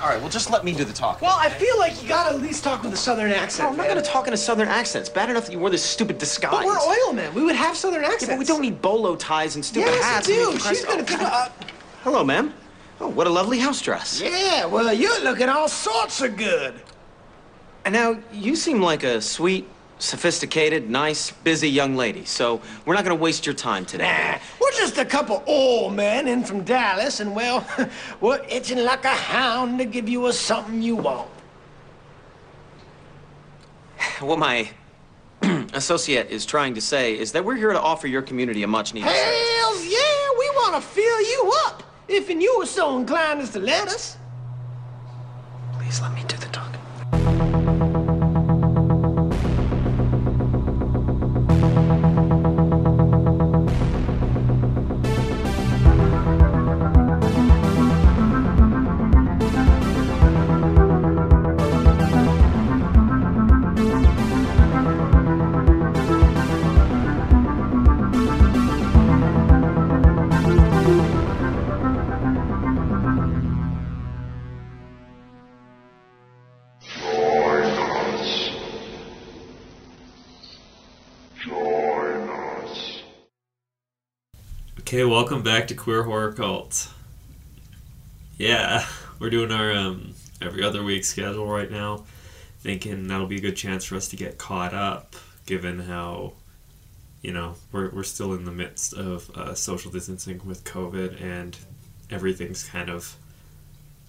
All right, well, just let me do the talking. Well, I feel like you gotta at least talk with a southern accent. Oh, I'm not man. gonna talk in a southern accent. It's bad enough that you wore this stupid disguise. But we're oilmen. We would have southern accents. Yeah, but we don't need bolo ties and stupid Yes, hats. you do. and make you She's dress- gonna Oh, pick God. up. uh, Hello, ma'am. Oh, what a lovely house dress. Yeah, well, you're looking all sorts of good. And now, you seem like a sweet, sophisticated, nice, busy young lady, so we're not gonna waste your time today. Nah, we're just a couple old men in from Dallas, and well, we're itching like a hound to give you a something you want. What my associate is trying to say is that we're here to offer your community a much needed service. Hells yeah, we want to fill you up, if and you were so inclined as to let us. Please let me do the talking. Join us. Join us. Okay, welcome back to Queer Horror Cult. Yeah, we're doing our um, every other week schedule right now, thinking that'll be a good chance for us to get caught up, given how, you know, we're, we're still in the midst of uh, social distancing with COVID and everything's kind of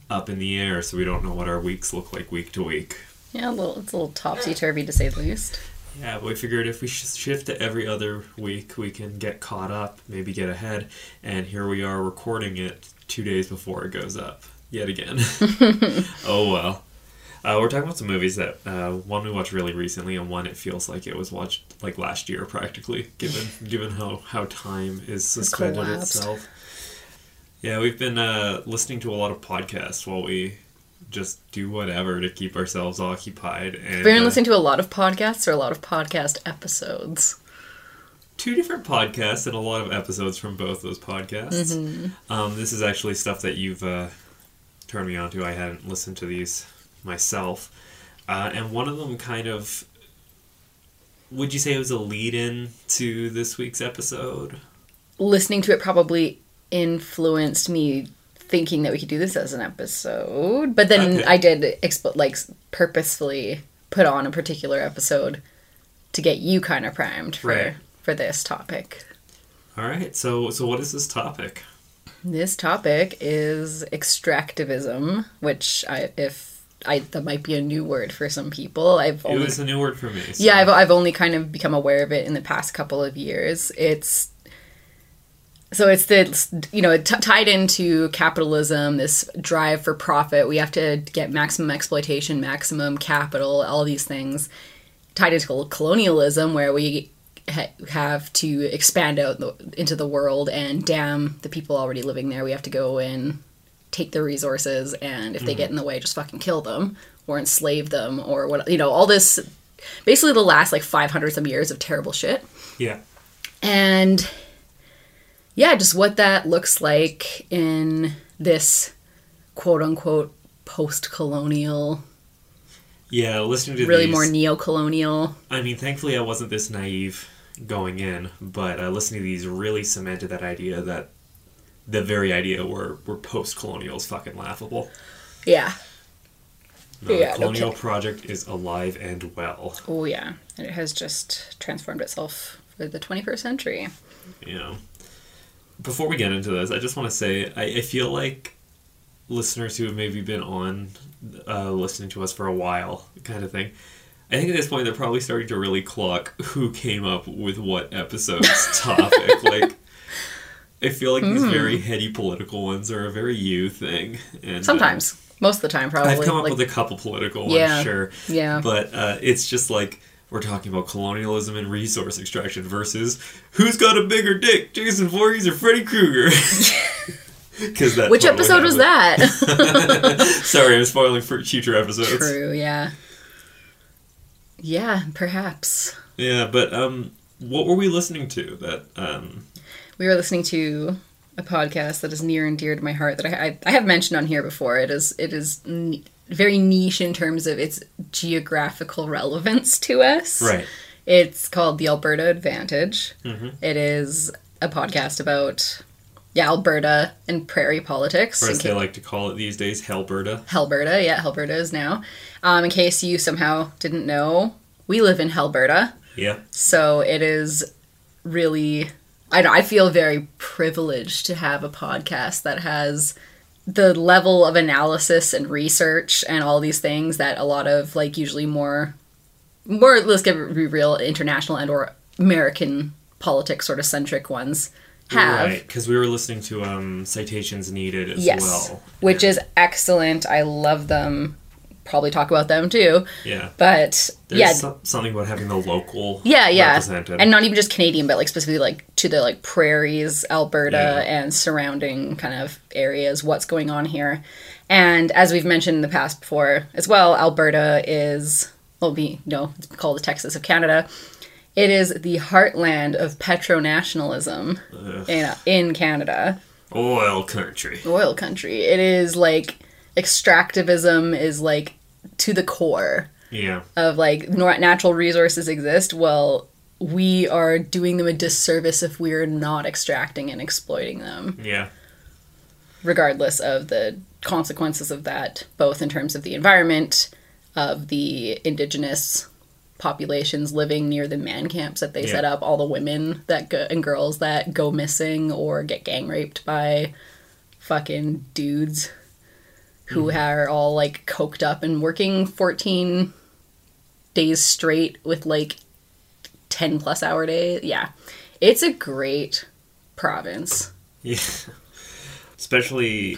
up in the air, so we don't know what our weeks look like week to week. Yeah, a little, it's a little topsy turvy to say the least. Yeah, we figured if we sh- shift to every other week, we can get caught up, maybe get ahead, and here we are recording it two days before it goes up, yet again. oh well. Uh, we're talking about some movies that uh, one we watched really recently, and one it feels like it was watched like last year practically, given given how how time is suspended collapsed. itself. Yeah, we've been uh, listening to a lot of podcasts while we just do whatever to keep ourselves occupied. And We've been uh, listening to a lot of podcasts or a lot of podcast episodes. two different podcasts and a lot of episodes from both those podcasts. Mm-hmm. Um, this is actually stuff that you've uh, turned me on to. I hadn't listened to these myself. Uh, and one of them kind of. Would you say it was a lead in to this week's episode? Listening to it probably influenced me thinking that we could do this as an episode, but then Okay. I did exp- like purposefully put on a particular episode to get you kind of primed for Right. for this topic. All right, so so what is this topic? This topic is extractivism, which I if I that might be a new word for some people. It I've only was a new word for me. so- Yeah, I've, I've only kind of become aware of it in the past couple of years. It's so it's the you know t- tied into capitalism, this drive for profit. We have to get maximum exploitation, maximum capital, all these things tied into colonialism, where we ha- have to expand out the, into the world and damn the people already living there. We have to go and take their resources, and if they get in the way, just fucking kill them or enslave them or what you know. All this basically the last like 500 some years of terrible shit yeah. and yeah just what that looks like in this quote unquote post-colonial Yeah, listening to really these, more neo-colonial I mean, thankfully, I wasn't this naive going in, but uh, listening to these really cemented that idea that the very idea we're, we're post colonial is fucking laughable. yeah No, Yeah, the no colonial project is alive and well. oh yeah and it has just transformed itself for the 21st century You know. Before we get into this, I just want to say I, I feel like listeners who have maybe been on uh, listening to us for a while, kind of thing. I think at this point they're probably starting to really clock who came up with what episode's topic. Like, I feel like Hmm. these very heady political ones are a very you thing. And um, sometimes most of the time probably I've come up like, with a couple political ones, Yeah, sure. yeah. But uh, it's just like we're talking about colonialism and resource extraction versus who's got a bigger dick, Jason Voorhees or Freddy Krueger? Because that. which totally episode was happened. that Sorry, I'm spoiling for future episodes. true yeah yeah perhaps Yeah, but um, what were we listening to? That um, we were listening to a podcast that is near and dear to my heart that I, I, I have mentioned on here before. It is it is n- very niche in terms of its geographical relevance to us. Right. It's called the Alberta Advantage. It is a podcast about yeah Alberta and prairie politics. Or in as ca- they like to call it these days, Halberta. Helberta, yeah, Helberta is now. Um, in case you somehow didn't know, we live in Helberta. Yeah. So it is really, I, I feel very privileged to have a podcast that has the level of analysis and research and all these things that a lot of like usually more, more let's get be real international and or American politics sort of centric ones have. Right. Because we were listening to um, Citations Needed as Yes, well. which is excellent. I love them. Probably talk about them too. Yeah. But There's yeah, so- something about having the local yeah, yeah, represented. and not even just Canadian, but like specifically like to the like prairies, Alberta, Yeah. and surrounding kind of areas. What's going on here? And as we've mentioned in the past before as well, Alberta is well, be no, it's called the Texas of Canada. It is the heartland of petronationalism in, in Canada. Oil country. oil country. It is like extractivism is like to the core Yeah. of like nor- natural resources exist. Well, we are doing them a disservice if we're not extracting and exploiting them, Yeah. regardless of the consequences of that, both in terms of the environment, of the indigenous populations living near the man camps that they Yeah. set up, all the women that go- and girls that go missing or get gang raped by fucking dudes who are all like coked up and working 14 days straight with like 10 plus hour days. Yeah. It's a great province. Yeah. Especially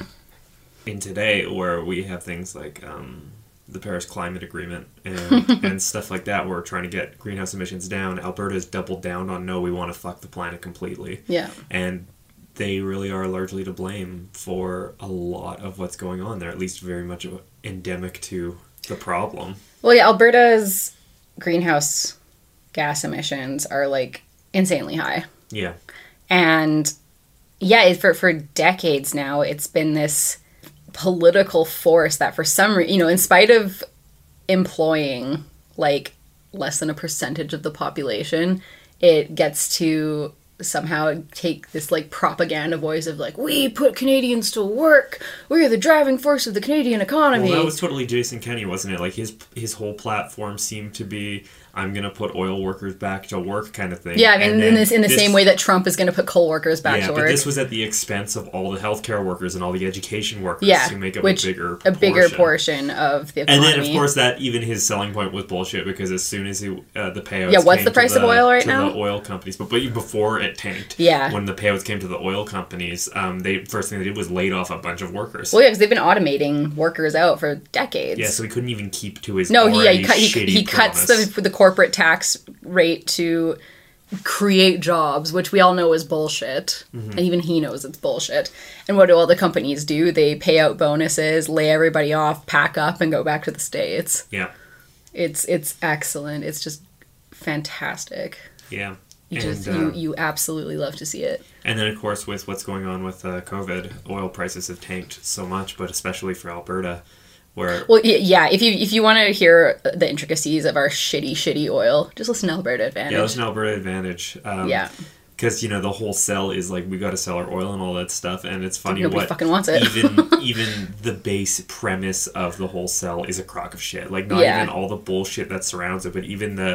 in today where we have things like um, the Paris Climate Agreement and, and stuff like that. We're trying to get greenhouse emissions down. Alberta's doubled down on no, we want to fuck the planet completely. Yeah. And they really are largely to blame for a lot of what's going on there, at least very much of endemic to the problem. Well, yeah, Alberta's greenhouse gas emissions are like insanely high. Yeah. And yeah, it, for for decades now, it's been this political force that, for some reason, you know, in spite of employing like less than a percentage of the population, it gets to somehow take this like propaganda voice of like we put Canadians to work, we are the driving force of the Canadian economy. Well, that was totally Jason Kenney, wasn't it? Like his his whole platform seemed to be, "I'm gonna put oil workers back to work" kind of thing. yeah, I mean, And in, then this, in the same way that Trump is going to put coal workers back yeah, to but work. this was at the expense of all the healthcare workers and all the education workers yeah, who make up which a bigger a bigger proportion. portion of the And economy. then, of course, that even his selling point was bullshit because as soon as he uh, the payouts Yeah, what's came the to price of oil right to now? the oil companies, but but before it tanked, Yeah. when the payouts came to the oil companies, um, they first thing they did was laid off a bunch of workers. Well, yeah, because they've been automating workers out for decades. yeah, so he couldn't even keep to his no, he, yeah, already he, cut, he, shitty he cuts promise. the the corporate tax rate to create jobs, which we all know is bullshit, Mm-hmm. and even he knows it's bullshit. And what do all the companies do? They pay out bonuses, lay everybody off, pack up, and go back to the states. yeah. It's it's excellent. It's just fantastic. Yeah. and, You just uh, you you absolutely love to see it. and then, of course, with what's going on with uh, COVID, oil prices have tanked so much, but especially for Alberta, where Well, y- yeah. If you if you want to hear uh, the intricacies of our shitty shitty oil, just listen to Alberta Advantage. yeah, there's an Alberta advantage. Um, Yeah. Because you know the whole sell is like we got to sell our oil and all that stuff, and it's funny Nobody what fucking wants it. even even the base premise of the whole sell is a crock of shit. Like not Yeah. even all the bullshit that surrounds it, but even the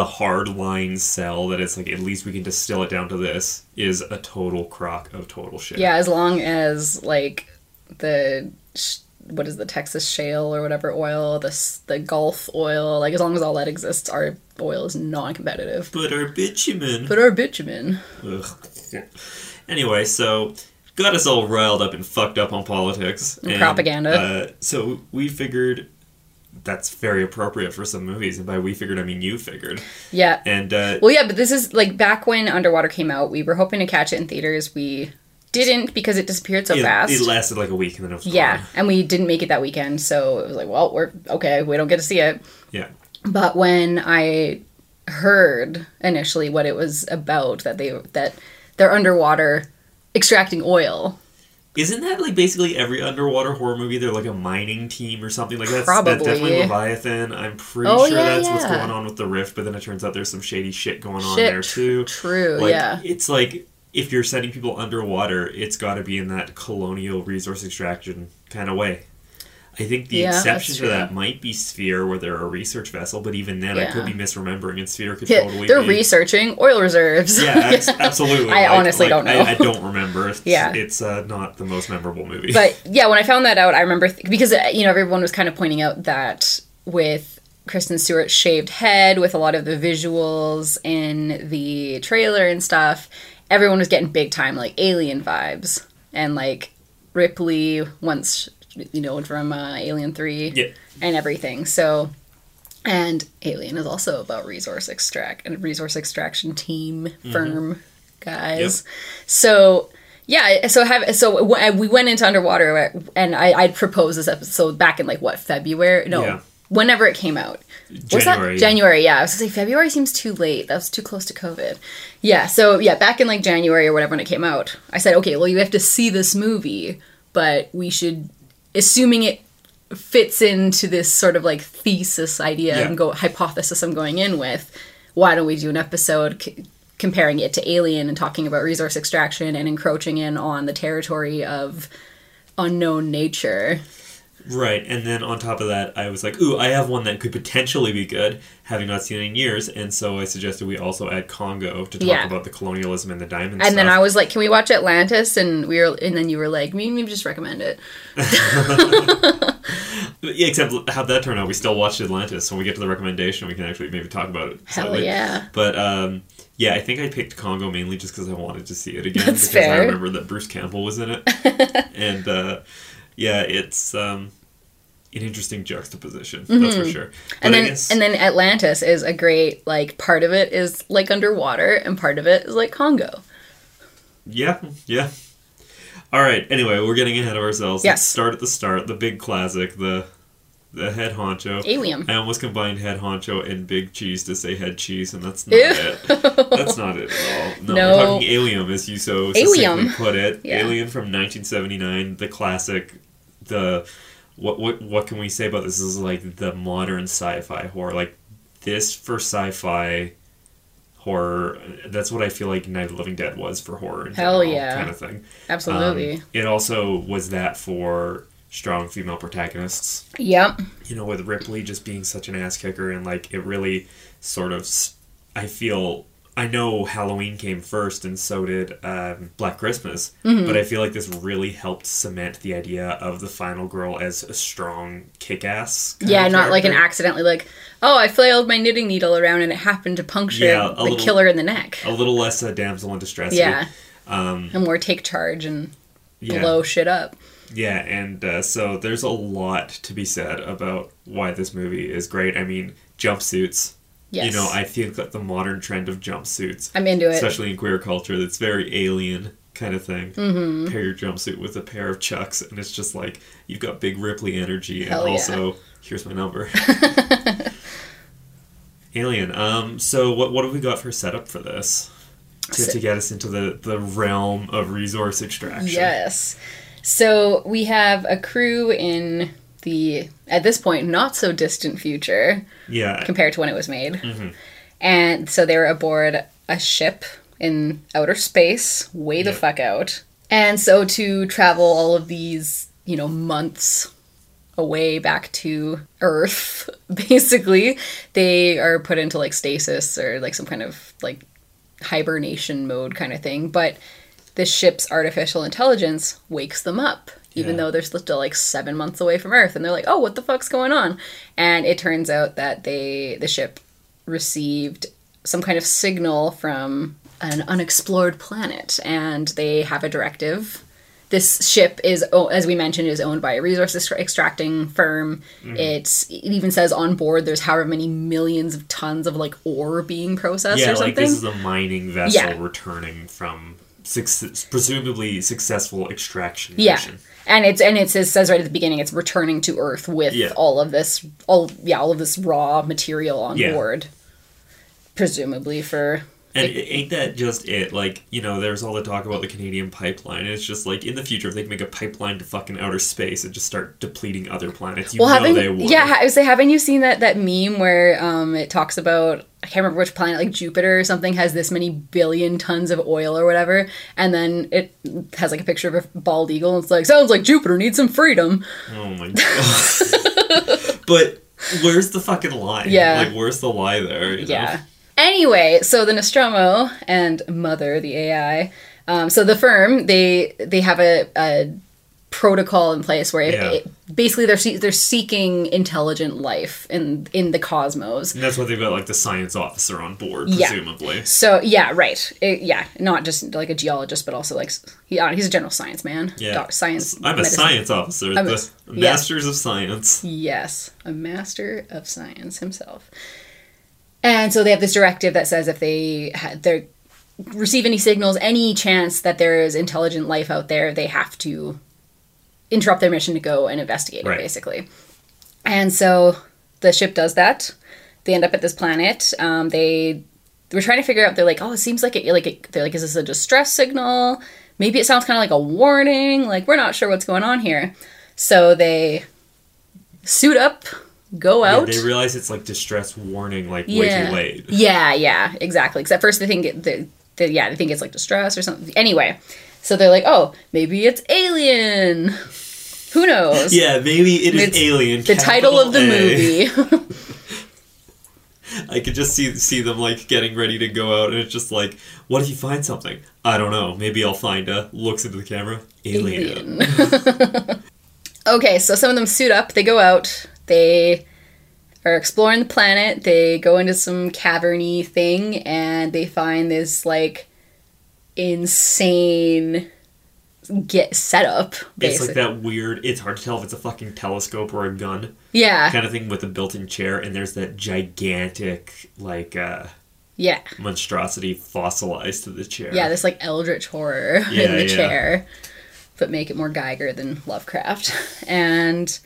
the hard line sell that it's like at least we can distill it down to this is a total crock of total shit. Yeah, as long as like the sh- what is the Texas shale or whatever oil, the s- the Gulf oil, like as long as all that exists, our oil is non-competitive. But our bitumen. But our bitumen, Ugh. Anyway, so got us all riled up and fucked up on politics and, propaganda. Uh, so we figured that's very appropriate for some movies, and by we figured I mean you figured. yeah. And uh, Well, yeah, but this is like back when Underwater came out, we were hoping to catch it in theaters. We didn't because it disappeared so it, fast. it lasted like a week, and then it was yeah, gone. and we didn't make it that weekend, so it was like, well, we're okay. We don't get to see it. yeah, But when I heard initially what it was about, that they that their underwater extracting oil. Isn't that like basically every underwater horror movie? They're like a mining team or something like that's that's Probably. definitely Leviathan. I'm pretty Oh, sure yeah, that's what's yeah. going on with the rift, but then it turns out there's some shady shit going on Shit, there too. True, Like, yeah. It's like if you're sending people underwater, it's got to be in that colonial resource extraction kind of way. I think the Yeah, that's exception to true. that might be Sphere, where they're a research vessel, but even then, I could be Yeah. misremembering, and Sphere could Yeah, totally They're be. researching oil reserves. yeah, abs- absolutely. I Like- honestly like, don't know. I, I don't remember. It's, Yeah. it's uh, not the most memorable movie. but yeah, when I found that out, I remember th- because uh, you know everyone was kind of pointing out that with Kristen Stewart's shaved head, with a lot of the visuals in the trailer and stuff, everyone was getting big time like Alien vibes and like Ripley once you know from uh, Alien Three Yeah. and everything. So. And Alien is also about resource extract and resource extraction team firm guys. So yeah, so have so w- we went into underwater, uh, and I I proposed this episode back in like what February? No, Yeah. whenever it came out. Was that January, yeah. January? Yeah, I was gonna say February seems too late. That was too close to COVID. Yeah, so yeah, back in like January or whatever when it came out, I said, okay, well you have to see this movie, but we should, assuming it fits into this sort of like thesis idea Yeah. and go hypothesis I'm going in with, why don't we do an episode c- comparing it to Alien and talking about resource extraction and encroaching in on the territory of unknown nature? Right, and then on top of that, I was like, "Ooh, I have one that could potentially be good, having not seen it in years." And so I suggested we also add Congo to talk Yeah. about the colonialism and the diamond. And then stuff. I was like, "Can we watch Atlantis?" And we were, and then you were like, "Me, me, just recommend it." yeah, except how that turned out. We still watched Atlantis. So when we get to the recommendation, we can actually maybe talk about it. Hell slightly. yeah. But um, yeah, I think I picked Congo mainly just because I wanted to see it again That's because I fair. remember that Bruce Campbell was in it, and uh, yeah, it's um, an interesting juxtaposition. That's for sure. Mm-hmm. And But I then, guess- and then Atlantis is a great like part of it is like underwater, and part of it is like Congo. Yeah, yeah. All right. Anyway, we're getting ahead of ourselves. Let's Yes. start at the start. The big classic. The the head honcho. Alien. I almost combined head honcho and big cheese to say head cheese, and that's not Ew. it. That's not it at all. No, No. we're talking Alien, as you so succinctly Alien. put it. Yeah. Alien from 1979, the classic. The what what what can we say about this? This is like the modern sci-fi horror. Like this for sci-fi horror. That's what I feel like Night of the Living Dead was for horror. In Hell general, yeah. kind of thing. Um, Absolutely. it also was that for strong female protagonists yep. you know, with Ripley just being such an ass kicker and like it really sort of, s- I feel. I know Halloween came first, and so did um, Black Christmas. Mm-hmm. But I feel like this really helped cement the idea of the final girl as a strong kick-ass. kind Yeah, of not like an character. accidentally like, oh, I flailed my knitting needle around and it happened to puncture Yeah, a the little- killer in the neck. A little less a damsel in distress. Yeah. Um, And more take charge and yeah. blow shit up. Yeah, and uh, so there's a lot to be said about why this movie is great. I mean, jumpsuits. Yes. You know, I think that the modern trend of jumpsuits I'm into it. especially in queer culture that's very alien kind of thing mm-hmm. pair your jumpsuit with a pair of chucks and it's just like you've got big ripley energy Hell and yeah. also here's my number alien um so what what have we got for setup for this to, to get us into the the realm of resource extraction Yes. So we have a crew in the at this point not so distant future yeah compared to when it was made. And so they were aboard a ship in outer space, way the Yeah. fuck out. And so to travel all of these, you know, months away back to Earth, basically, they are put into like stasis or like some kind of like hibernation mode kind of thing. But the ship's artificial intelligence wakes them up, even Yeah. though they're still like seven months away from Earth, and they're like, "Oh, what the fuck's going on?" And it turns out that they the ship received some kind of signal from an unexplored planet, and they have a directive. This ship is, o- as we mentioned, is owned by a resource extra- extracting firm. Mm-hmm. It's it even says on board there's however many millions of tons of like ore being processed yeah or something. like this is a mining vessel Yeah. returning from success, presumably successful extraction Yeah. mission. And it's and it says, says right at the beginning it's returning to Earth with Yeah. all of this all yeah all of this raw material on Yeah. board, presumably for And i- ain't that just it? Like, you know, there's all the talk about the Canadian pipeline. And it's just like, in the future, if they can make a pipeline to fucking outer space and just start depleting other planets, you Well, know they haven't would. yeah? I was say, haven't you seen that that meme where um it talks about I can't remember which planet, like Jupiter or something, has this many billion tons of oil or whatever, and then it has like a picture of a bald eagle, and it's like sounds like Jupiter needs some freedom. Oh my god. but where's the fucking lie? Yeah. Like, where's the lie there? you know? Yeah. Anyway, so the Nostromo and Mother, the AI, um, so the firm they they have a, a protocol in place where it, Yeah. it- basically they're se- they're seeking intelligent life in in the cosmos. And that's why they've got like the science officer on board, Yeah. presumably. So yeah, right. It- yeah, not just like a geologist, but also like s- he, I don't- he's a general science man. Yeah. Doc- science. I'm a medicine. science officer. I'm a- the yeah. Masters of Science. Yes, a master of science himself. And so they have this directive that says if they ha- they receive any signals, any chance that there is intelligent life out there, they have to interrupt their mission to go and investigate Right. it, basically. And so the ship does that. They end up at this planet. Um, they we're trying to figure out. They're like, oh, it seems like it. Like it, they're like, is this a distress signal? Maybe it sounds kind of like a warning. Like we're not sure what's going on here. So they suit up, go Yeah, out. they realize it's like distress warning, like way Yeah. too late. Yeah, yeah, exactly. Because at first they think it, the, the, yeah, they think it's like distress or something. Anyway, so they're like, oh, maybe it's alien. Who knows? Yeah, maybe it is It's Alien. The title of the capital A. movie. I could just see see them like getting ready to go out, and it's just like, what if you find something? I don't know. Maybe I'll find a. Looks into the camera. Alien. Alien. okay, so some of them suit up. They go out. They are exploring the planet. They go into some caverny thing, and they find this like insane get setup. It's Basically, like that weird. It's hard to tell if it's a fucking telescope or a gun yeah, kind of thing with a built-in chair, and there's that gigantic like uh yeah. monstrosity fossilized to the chair. Yeah, this like eldritch horror Yeah, in the yeah. chair, but make it more Geiger than Lovecraft. And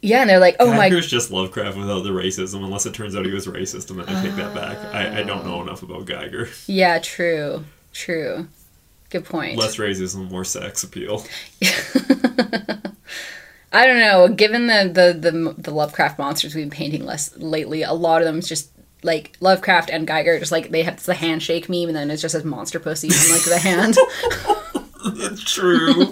yeah, and they're like, oh my, Geiger's just Lovecraft without the racism, unless it turns out he was racist, and then I take that back. I, I don't Oh. know enough about Geiger. yeah, true, true, good point. Less racism, more sex appeal. I don't know. Given the the the, the Lovecraft monsters we've been painting less lately, a lot of them's just like Lovecraft and Geiger, just like they have the handshake meme, and then it just says monster pussy in like the hand. True.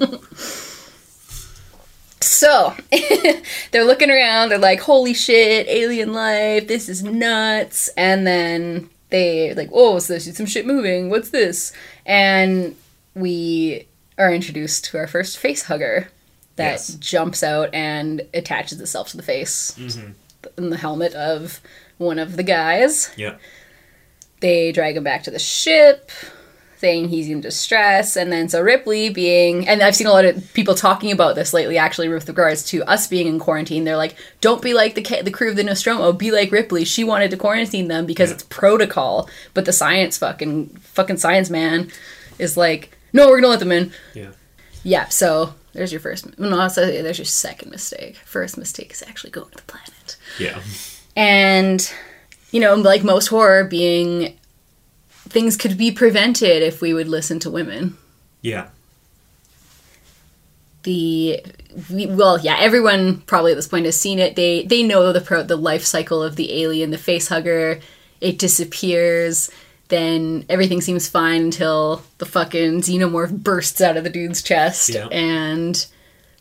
So they're looking around, they're like, holy shit, alien life, this is nuts. And then they like, oh, so there's some shit moving, what's this? And we are introduced to our first face hugger that Yes. jumps out and attaches itself to the face in the helmet of one of the guys. yeah. They drag him back to the ship, saying he's in distress. And then, so Ripley being, and I've seen a lot of people talking about this lately, actually, with regards to us being in quarantine. They're like, don't be like the, ca- the crew of the Nostromo, be like Ripley. She wanted to quarantine them because it's protocol. But the science fucking, fucking science man is like, no, we're gonna let them in. Yeah. Yeah, so there's your first, no, also, there's your second mistake. First mistake is actually going to the planet Yeah. and you know like most horror being things could be prevented if we would listen to women Yeah. the we, well yeah everyone probably at this point has seen it they they know the pro, the life cycle of the alien the face hugger it disappears then everything seems fine until the fucking xenomorph bursts out of the dude's chest Yeah. and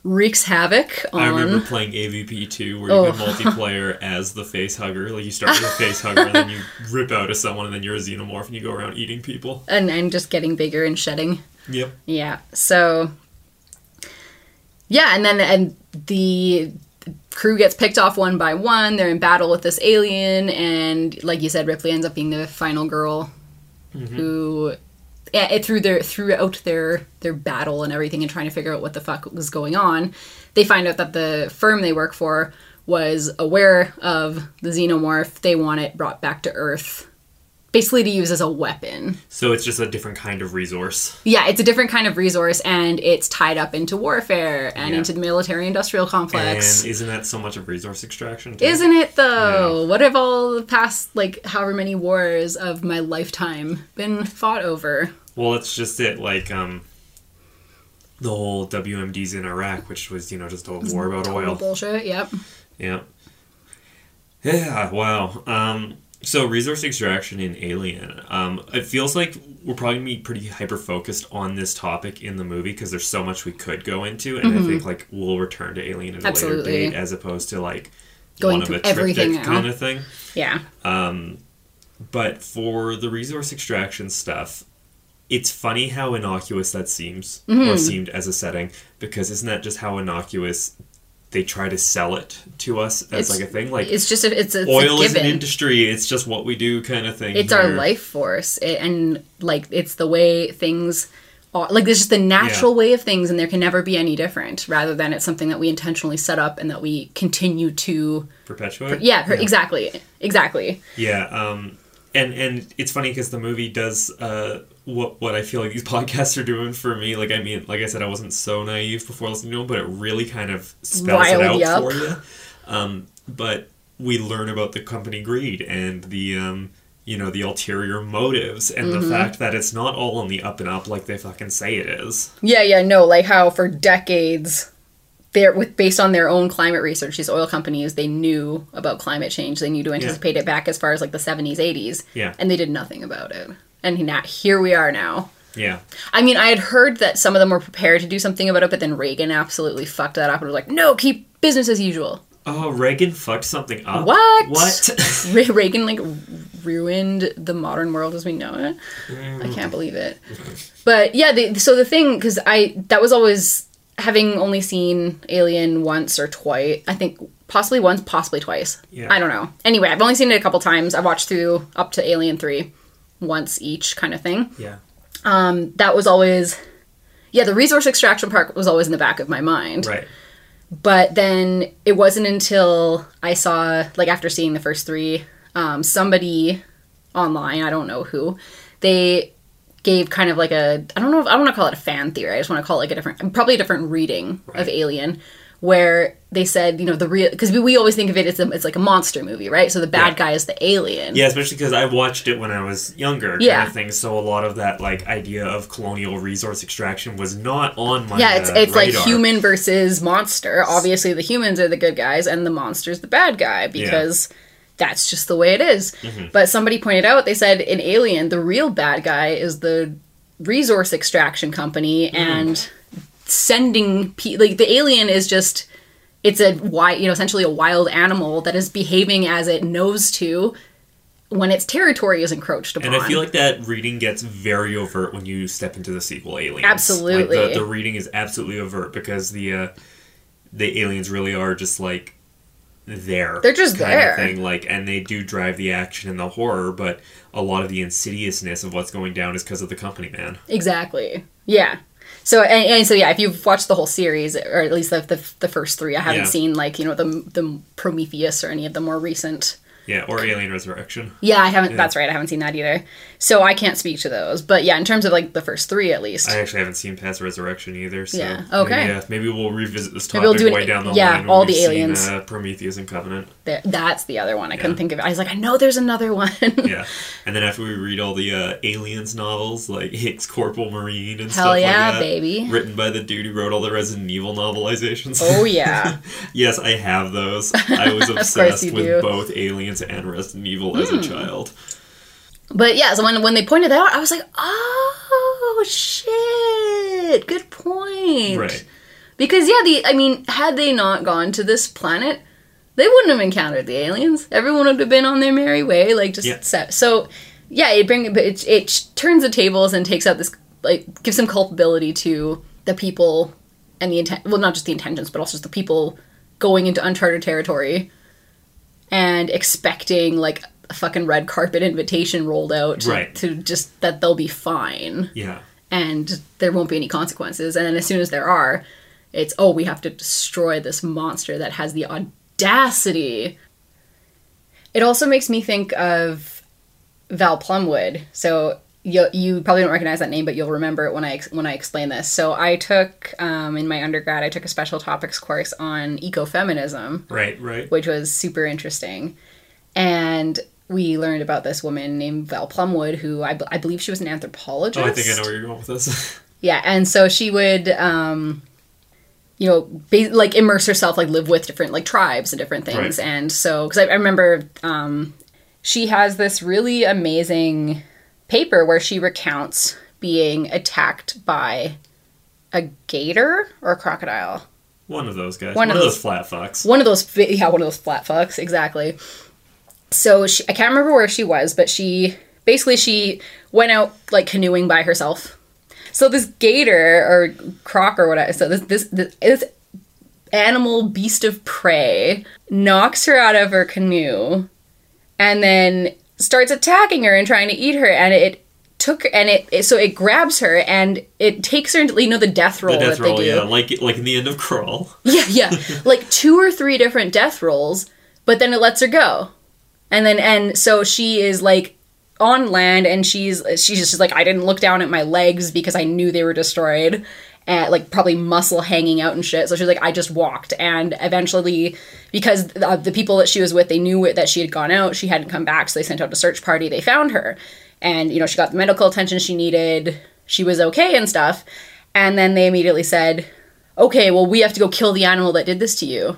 wreaks havoc on I remember playing AVP 2 where you Oh. could multiplayer as the face hugger. Like, you start with a face hugger, and then you rip out of someone, and then you're a xenomorph, and you go around eating people. and and just getting bigger and shedding Yep. Yeah. So Yeah, and then and the crew gets picked off one by one. They're in battle with this alien and like you said Ripley ends up being the final girl who yeah, it through their throughout their their battle and everything and trying to figure out what the fuck was going on, they find out that the firm they work for was aware of the xenomorph. They want it brought back to Earth basically to use as a weapon. So it's just a different kind of resource. Yeah, it's a different kind of resource and it's tied up into warfare and Yeah. into the military industrial complex. And isn't that so much of resource extraction? Too? Isn't it though? What have all the past like however many wars of my lifetime been fought over? Well, that's just it. Like um, the whole WMDs in Iraq, which was you know just a war about Total oil. bullshit. Yep. Yeah. Yeah, wow. Um, so resource extraction in Alien. Um, it feels like we're probably gonna be pretty hyper focused on this topic in the movie because there's so much we could go into, and I think like we'll return to Alien at Mm-hmm. Absolutely. a later date as opposed to like Going one of through a triptych everything now. kind of thing. Yeah. But for the resource extraction stuff, it's funny how innocuous that seems Mm-hmm. or seemed as a setting because isn't that just how innocuous they try to sell it to us as It's- like a thing? Like It's just a, it's, it's oil a is an given. industry. It's just what we do, kind of thing. it's our here. life force it, and like it's the way things are like it's just the natural Yeah. way of things and there can never be any different rather than it's something that we intentionally set up and that we continue to Perpetuate. yeah, her- exactly exactly Yeah. Um, and and it's funny because the movie does uh, what what I feel like these podcasts are doing for me. Like I mean, like I said, I wasn't so naive before listening to them, but it really kind of spells it Riled out you up. for you. Um, but we learn about the company greed and the um, you know the ulterior motives and Mm-hmm. the fact that it's not all on the up and up like they fucking say it is. yeah yeah no like how for decades they're with based on their own climate research these oil companies they knew about climate change they knew to anticipate it back as far as like the 70s 80s Yeah. and they did nothing about it and now here we are now Yeah. I mean, I had heard that some of them were prepared to do something about it, but then Reagan absolutely fucked that up and was like, "No, keep business as usual." Oh, Reagan fucked something up. What? Uh, What? Re- Reagan like ruined the modern world as we know it. I can't believe it. But yeah, the, so the thing because I that was always having only seen Alien once or twice. I think possibly once, possibly twice. Yeah. I don't know. Anyway, I've only seen it a couple times. I watched through up to Alien three once each kind of thing. yeah. that was always yeah the resource extraction part was always in the back of my mind Right. but then it wasn't until i saw like after seeing the first three um, somebody online i don't know who they gave kind of like a i don't know if i don't want to call it a fan theory i just want to call it like a different probably a different reading of Right. alien where they said you know the real because we, we always think of it as a, it's like a monster movie right so the bad Yeah. guy is the alien Yeah, especially because I watched it when I was younger, kind Yeah. of thing. So a lot of that like idea of colonial resource extraction was not on my Yeah, it's uh, it's like radar. human versus monster. Obviously, the humans are the good guys and the monster's the bad guy because that's just the way it is. Mm-hmm. But somebody pointed out they said in Alien the real bad guy is the resource extraction company Mm. and sending pe- like the alien is just it's a wi- you know essentially a wild animal that is behaving as it knows to when its territory is encroached upon. And I feel like that reading gets very overt when you step into the sequel, Aliens. Absolutely. like, the, the reading is absolutely overt because the uh, the aliens really are just like there. They're just kinda there. thing. Like, and they do drive the action and the horror, but a lot of the insidiousness of what's going down is because of the company man. Exactly. Yeah. So and, and so yeah, if you've watched the whole series or at least the the, the first three, I haven't Yeah. seen like you know the the Prometheus or any of the more recent. Yeah, or Alien Resurrection. Yeah, I haven't. That's right, I haven't seen that either. So I can't speak to those. But yeah, in terms of like the first three, at least. I actually haven't seen Past Resurrection either. So Yeah, okay. Maybe, uh, maybe we'll revisit this topic Maybe we'll do an- way down the yeah, line. when all the we've seen, aliens. uh, Prometheus and Covenant. Th- that's the other one. I couldn't think of it. I was like, I know there's another one. Yeah, and then after we read all the uh, aliens novels like Hicks Corporal Marine and Hell stuff yeah, like that, baby. written by the dude who wrote all the Resident Evil novelizations. oh yeah. yes, I have those. I was obsessed you with do. Hmm. both aliens and Resident Evil as a child. But yeah, so when when they pointed that out, I was like, oh shit, good point. Right. Because yeah, the I mean, had they not gone to this planet, they wouldn't have encountered the aliens. Everyone would have been on their merry way, like just Yeah. set. So yeah, it bring but it it turns the tables and takes out this like gives some culpability to the people and the intent. Well, not just the intentions, but also just the people going into uncharted territory and expecting like a fucking red carpet invitation rolled out to, Right. to just that they'll be fine Yeah. and there won't be any consequences. And then as soon as there are, it's oh, we have to destroy this monster that has the audacity. It also makes me think of Val Plumwood. So you you probably don't recognize that name, but you'll remember it when I ex- when I explain this. So I took um, in my undergrad, I took a special topics course on ecofeminism, Right, right. which was super interesting, and we learned about this woman named Val Plumwood, who I, b- I believe she was an anthropologist. Oh, I think I know where you're going with this. Yeah, and so she would, um, you know, ba- like immerse herself, like live with different like tribes and different things. Right. And so, because I, I remember, um, she has this really amazing paper where she recounts being attacked by a gator or a crocodile. One of those guys. One One, of of those- those flat fox. One of those, fi- yeah, one of those flat fucks, exactly. So she, I can't remember where she was, but she basically she went out like canoeing by herself. So this gator or croc or whatever, so this this this, this animal beast of prey knocks her out of her canoe, and then starts attacking her and trying to eat her, and it. Took and it, it- so it grabs her and it takes her into you know the death roll The death that roll, they do yeah, like like in the end of Crawl. yeah, yeah. like two or three different death rolls, but then it lets her go. And then and so she is like on land and she's she's just like I didn't look down at my legs because I knew they were destroyed. And like probably muscle hanging out and shit. So she's like, I just walked, and eventually, because uh, the, the people that she was with, they knew that she had gone out. She hadn't come back, so they sent out a search party. They found her, and you know she got the medical attention she needed. She was okay and stuff. And then they immediately said, okay, well, we have to go kill the animal that did this to you.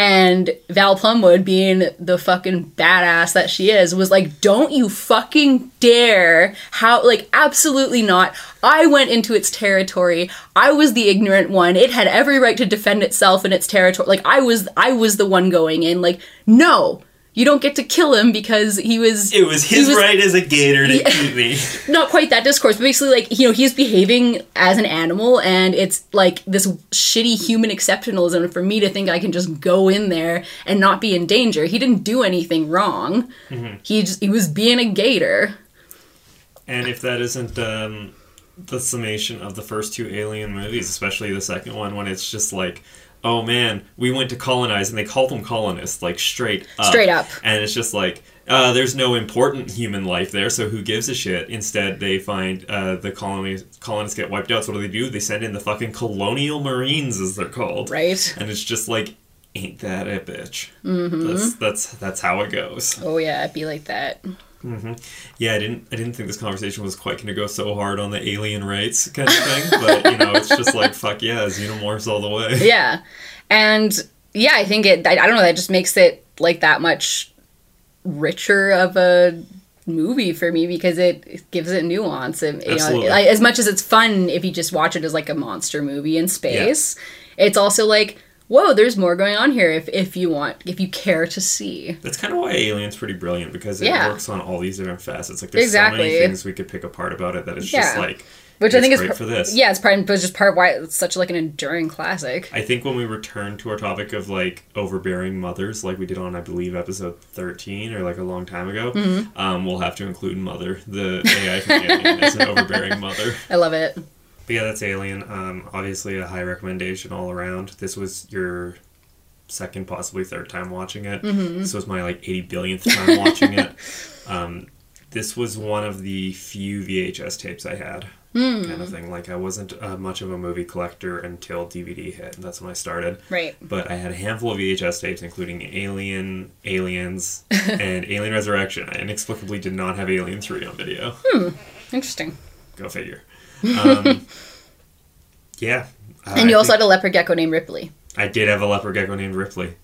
And Val Plumwood, being the fucking badass that she is, was like, don't you fucking dare. How, like, absolutely not. I went into its territory. I was the ignorant one. It had every right to defend itself in its territory. Like, I was, I was the one going in. Like, no, you don't get to kill him because he was. It was his he was- right as a gator to eat me. not quite that discourse, but basically, like, you know, he's behaving as an animal, and it's like this shitty human exceptionalism for me to think I can just go in there and not be in danger. He didn't do anything wrong. He just, he was being a gator. And if that isn't um, the summation of the first two Alien movies, especially the second one, when it's just like, oh man, we went to colonize, and they call them colonists, like straight up. Straight up. And it's just like, uh, there's no important human life there, so who gives a shit? Instead, they find uh, the colonies, colonists get wiped out, so what do they do? They send in the fucking colonial marines, as they're called. Right. And it's just like, ain't that a bitch? Mm-hmm. That's, that's, that's how it goes. Oh, yeah, it'd be like that. Yeah, I didn't. I didn't think this conversation was quite going to go so hard on the alien rights kind of thing, but you know, it's just like fuck yeah, xenomorphs all the way. Yeah. And yeah, I think it, I, I don't know, that just makes it like that much richer of a movie for me because it, it gives it nuance. And, you know, Absolutely. I, as much as it's fun if you just watch it as like a monster movie in space, it's also like, whoa, there's more going on here if, if you want, if you care to see. That's kind of why Alien's pretty brilliant because it Yeah. works on all these different facets. Like there's so Exactly. many things we could pick apart about it that it's just Yeah. like, Which I It's think is great par- for this. Yeah, it's part, but it's just part of why it's such like an enduring classic. I think when we return to our topic of like overbearing mothers, like we did on I believe episode thirteen or like a long time ago, Mm-hmm. um, we'll have to include Mother, the AI from Alien, as an overbearing mother. I love it. But yeah, that's Alien. Um, obviously, a high recommendation all around. This was your second, possibly third time watching it. This was my like 80 billionth time watching it. Um, this was one of the few VHS tapes I had, kind of thing. Like I wasn't uh, much of a movie collector until DVD hit, and that's when I started. Right. But I had a handful of VHS tapes, including Alien, Aliens, and Alien Resurrection. I inexplicably did not have Alien 3 on video. Interesting. Go figure. Um, yeah. Uh, And you I also think- had a leopard gecko named Ripley. I did have a leopard gecko named Ripley.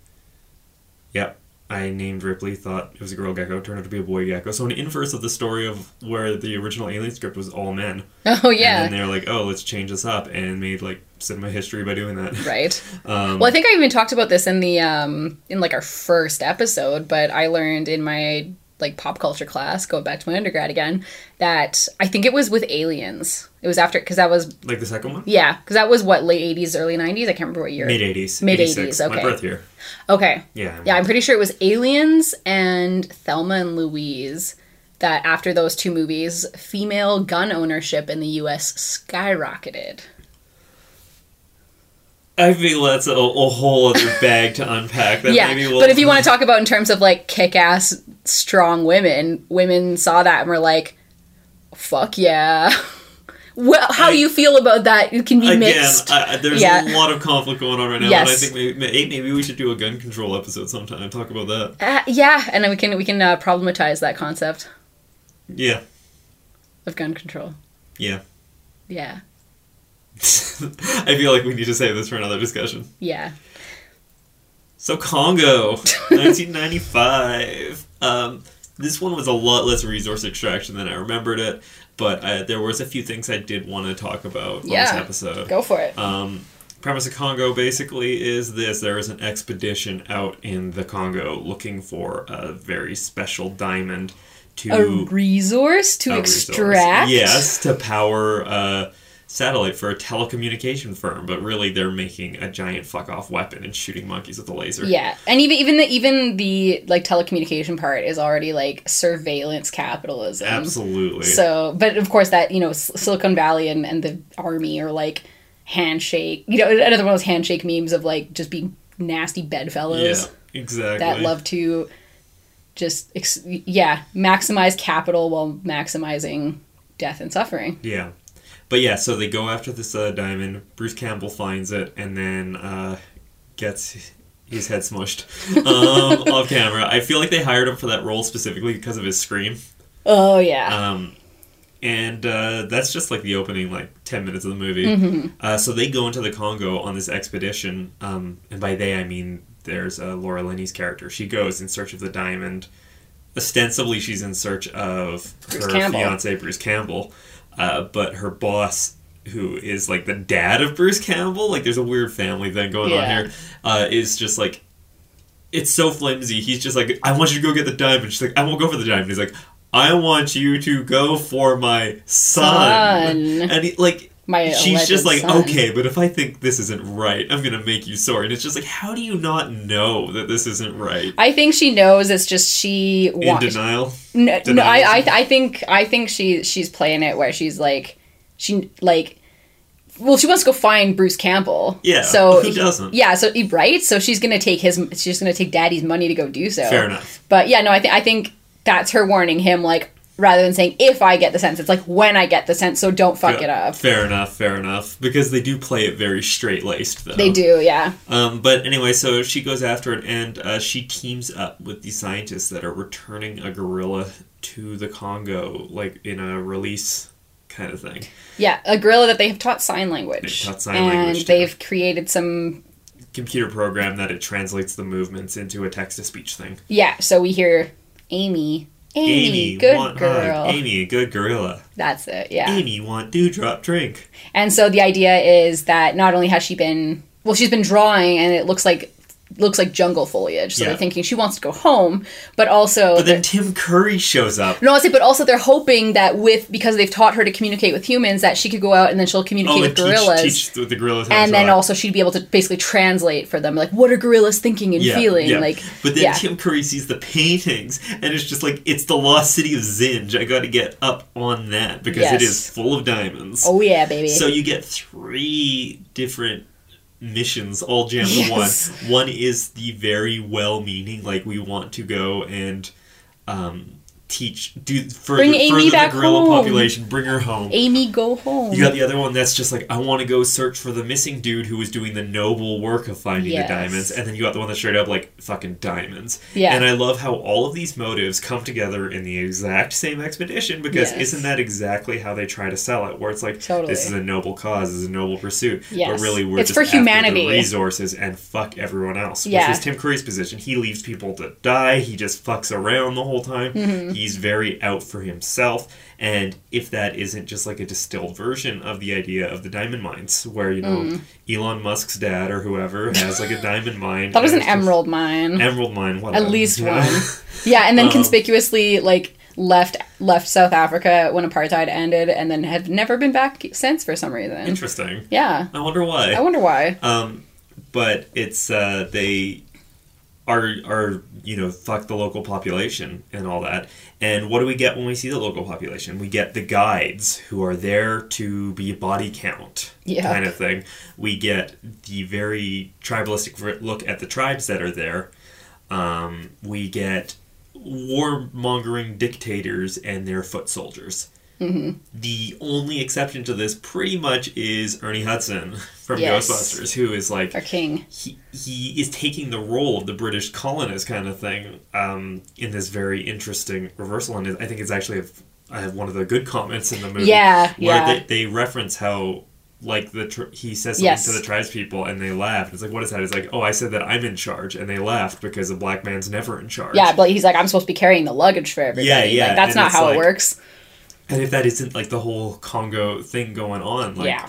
Yep. I named Ripley, thought it was a girl gecko, turned out to be a boy gecko. So, an inverse of the story of where the original alien script was all men. Oh, yeah. And then they were like, oh, let's change this up, and made like cinema history by doing that. right. Um, Well, I think I even talked about this in the um in like our first episode, but I learned in my like pop culture class, going back to my undergrad again, that I think it was with aliens. It was after because that was Like the second one? yeah, because that was what late eighties, early nineties. I can't remember what year. Mid 80s. Mid- 86, 80s, My okay. birth year. Okay, Yeah. yeah, I'm pretty sure it was Aliens and Thelma and Louise. That after those two movies, female gun ownership in the U.S. skyrocketed. I feel that's a, a whole other bag to unpack. That yeah, maybe we'll, but if you want to talk about in terms of like kick-ass strong women, women saw that and were like, "Fuck yeah." Well, how I- you feel about that it can be again, mixed. I, I- there's Yeah. a lot of conflict going on right now, and I Yes. think maybe, may- maybe we should do a gun control episode sometime and talk about that. Uh, yeah, and then we can we can uh, problematize that concept Yeah, of gun control. yeah. Yeah, I feel like we need to save this for another discussion. yeah. So Congo, 1995. Um, this one was a lot less resource extraction than I remembered it, but uh there was a few things I did want to talk about on Yeah. this episode. Go for it. Um, premise of Congo basically is this: there is an expedition out in the Congo looking for a very special diamond to a resource to a resource. extract. Yes, to power a satellite for a telecommunication firm, but really they're making a giant fuck off weapon and shooting monkeys with a laser. Yeah, and even even the even the like telecommunication part is already like surveillance capitalism. Absolutely. So, but of course, that you know, S- Silicon Valley and, and the army are like handshake. You know, another one of those handshake memes of like just being nasty yeah, bedfellows exactly. that love to just ex- yeah maximize capital while maximizing death and suffering. Yeah. But yeah, so they go after this uh, diamond. Bruce Campbell finds it and then uh, gets his head smushed um, off camera. I feel like they hired him for that role specifically because of his scream. Oh yeah, Um, and uh, that's just like the opening, like 10 minutes of the movie. Mm-hmm. Uh, so they go into the Congo on this expedition. Um, and by they, I mean there's uh, Laura Linney's character. She goes in search of the diamond. Ostensibly, she's in search of Bruce her Campbell. fiance, Bruce Campbell. Uh, but her boss, who is like the dad of Bruce Campbell, like there's a weird family thing going Yeah. on here, uh, is just like it's so flimsy. He's just like, I want you to go get the diamond. She's like, I won't go for the diamond. He's like, I want you to go for my son. Son. And he, like, My she's just alleged like, son. okay, but if I think this isn't right, I'm gonna make you sorry. And it's just like, how do you not know that this isn't right? I think she knows. It's just she In wants. denial. No, no denial I, I, isn't- I think I think she she's playing it where she's like, she like, well, she wants to go find Bruce Campbell. Yeah, So who doesn't? Yeah. So right. So she's gonna take his. She's gonna take Daddy's money to go do so. Fair enough. But yeah, no, I think I think that's her warning him. Like rather than saying if I get the sense, it's like when I get the sense. So don't fuck it up. Fair enough, fair enough. Because they do play it very straight laced, though. They do. Yeah. Um, but anyway, so she goes after it, and uh, she teams up with the scientists that are returning a gorilla to the Congo, like in a release kind of thing. Yeah. A gorilla that they have taught sign language. They've taught sign and language to they've created some Computer program that it translates the movements into a text to speech thing. Yeah, so we hear Amy. Amy, Amy, good want girl. hug. Amy, good gorilla. That's it, yeah. Amy, want dewdrop drink. And so the idea is that not only has she been well, she's been drawing and it looks like looks like jungle foliage. So Yeah. they're thinking she wants to go home, but also But then Tim Curry shows up. no, I'll say, but also they're hoping that with because they've taught her to communicate with humans that she could go out and then she'll communicate Oh, with and gorillas. teach, teach the gorillas how to and then talk. also she'd be able to basically translate for them, like what are gorillas thinking and feeling, like but then yeah. Tim Curry sees the paintings and it's just like it's the lost city of Zinj. I got to get up on that because it Yes. is full of diamonds. oh yeah, baby, So you get three different missions all jammed Yes. in one. One is the very well-meaning, like we want to go and um, teach, do further, Bring Amy further back the gorilla home. population, bring her home. Amy, go home. You got the other one that's just like, I want to go search for the missing dude who was doing the noble work of finding Yes. the diamonds. And then you got the one that's straight up like, fucking diamonds. Yeah. And I love how all of these motives come together in the exact same expedition because Yes. isn't that exactly how they try to sell it? Where it's like, Totally. this is a noble cause, this is a noble pursuit. But Yes. really, we're It's just for after humanity. the resources and fuck everyone else. Yeah. Which was Tim Curry's position. He leaves people to die. He just fucks around the whole time. Mm-hmm. He's very out for himself. And if that isn't just like a distilled version of the idea of the diamond mines, where you know Mm. Elon Musk's dad or whoever has like a diamond mine, that was and an it's just- emerald mine. emerald mine, whatever. At least you know? one. Yeah, and Um, then conspicuously like left left South Africa when apartheid ended, and then have never been back since for some reason. Interesting. Uh, Yeah, I wonder why. I wonder why. Um, but it's uh, they our our you know fuck the local population and all that and what do we get when we see the local population we get the guides who are there to be body count Yeah. kind of thing we get the very tribalistic r- look at the tribes that are there um, we get warmongering dictators and their foot soldiers the only exception to this pretty much is ernie hudson from Yes. ghostbusters who is like Our king. he he is taking the role of the British colonist kind of thing um, in this very interesting reversal, and I think it's actually a, I have one of the good comments in the movie. Yeah, where yeah. They, they reference how like the tr- he says something Yes. to the tribes people and they laugh. It's like what is that? It's like oh I said that I'm in charge, and they laughed because a black man's never in charge. Yeah, but he's like, I'm supposed to be carrying the luggage for everybody. Yeah, yeah, Like, that's and not it's how like- it works. And if that isn't like the whole Congo thing going on, like Yeah.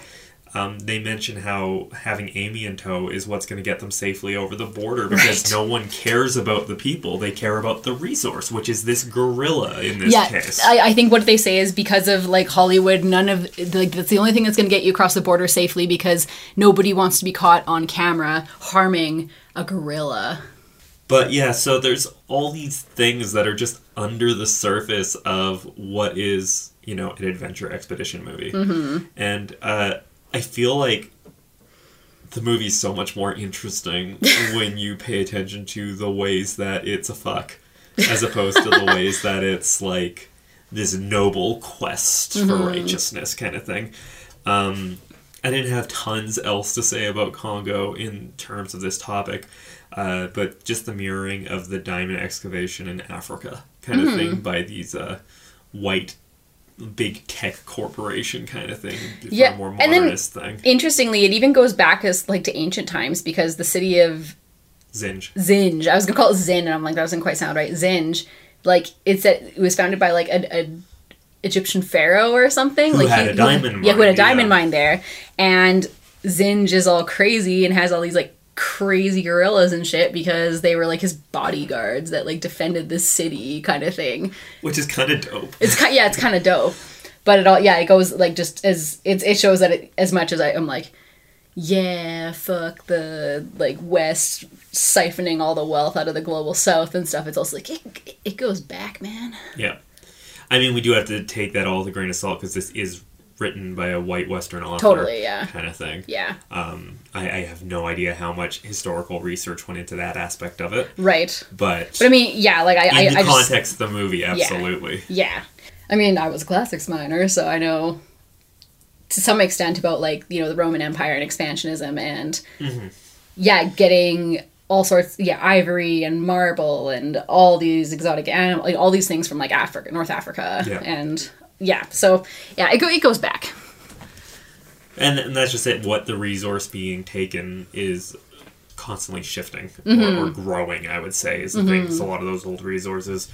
um, they mention how having Amy in tow is what's going to get them safely over the border because Right. no one cares about the people; they care about the resource, which is this gorilla in this yeah, case. I, I think what they say is because of like Hollywood, none of like that's the only thing that's going to get you across the border safely because nobody wants to be caught on camera harming a gorilla. But yeah, so there's all these things that are just under the surface of what is, you know, an adventure expedition movie. Mm-hmm. And uh, I feel like the movie's so much more interesting when you pay attention to the ways that it's a fuck, as opposed to the ways that it's like this noble quest Mm-hmm. for righteousness kind of thing. Um, I didn't have tons else to say about Congo in terms of this topic, uh, but just the mirroring of the diamond excavation in Africa kind Mm-hmm. of thing by these uh, white big tech corporation kind of thing, for Yeah, a more and then- modernist thing. Interestingly, it even goes back as like to ancient times because the city of Zinj. Zinj. I was gonna call it Zin, and I'm like, that doesn't quite sound right. Zinj, like it's that it was founded by like a, a Egyptian pharaoh or something. Who like had a diamond Yeah, who had a mine, yeah. diamond mine there, and Zinj is all crazy and has all these like crazy gorillas and shit because they were like his bodyguards that like defended the city kind of thing. which is kind of dope. It's kind, yeah, it's kind of dope. But it all, yeah, it goes like just as it, it shows that it, as much as I, I'm like, yeah, fuck the like West siphoning all the wealth out of the global South and stuff. It's also like it, it goes back, man. Yeah, I mean, we do have to take that all with a grain of salt because this is written by a white Western author, Totally, yeah. kind of thing. Yeah, Um, I, I have no idea how much historical research went into that aspect of it, right. but, But I mean, yeah, like I, in I, the I just, context of the movie, absolutely. yeah. I mean, I was a classics minor, so I know to some extent about like you know the Roman Empire and expansionism and Mm-hmm. yeah, getting all sorts yeah ivory and marble and all these exotic animals, like all these things from like Africa, North Africa, Yeah. and yeah. So yeah, it go it goes back. And, and that's just it. What the resource being taken is constantly shifting Mm-hmm. or, or growing, I would say, is the thing. So a lot of those old resources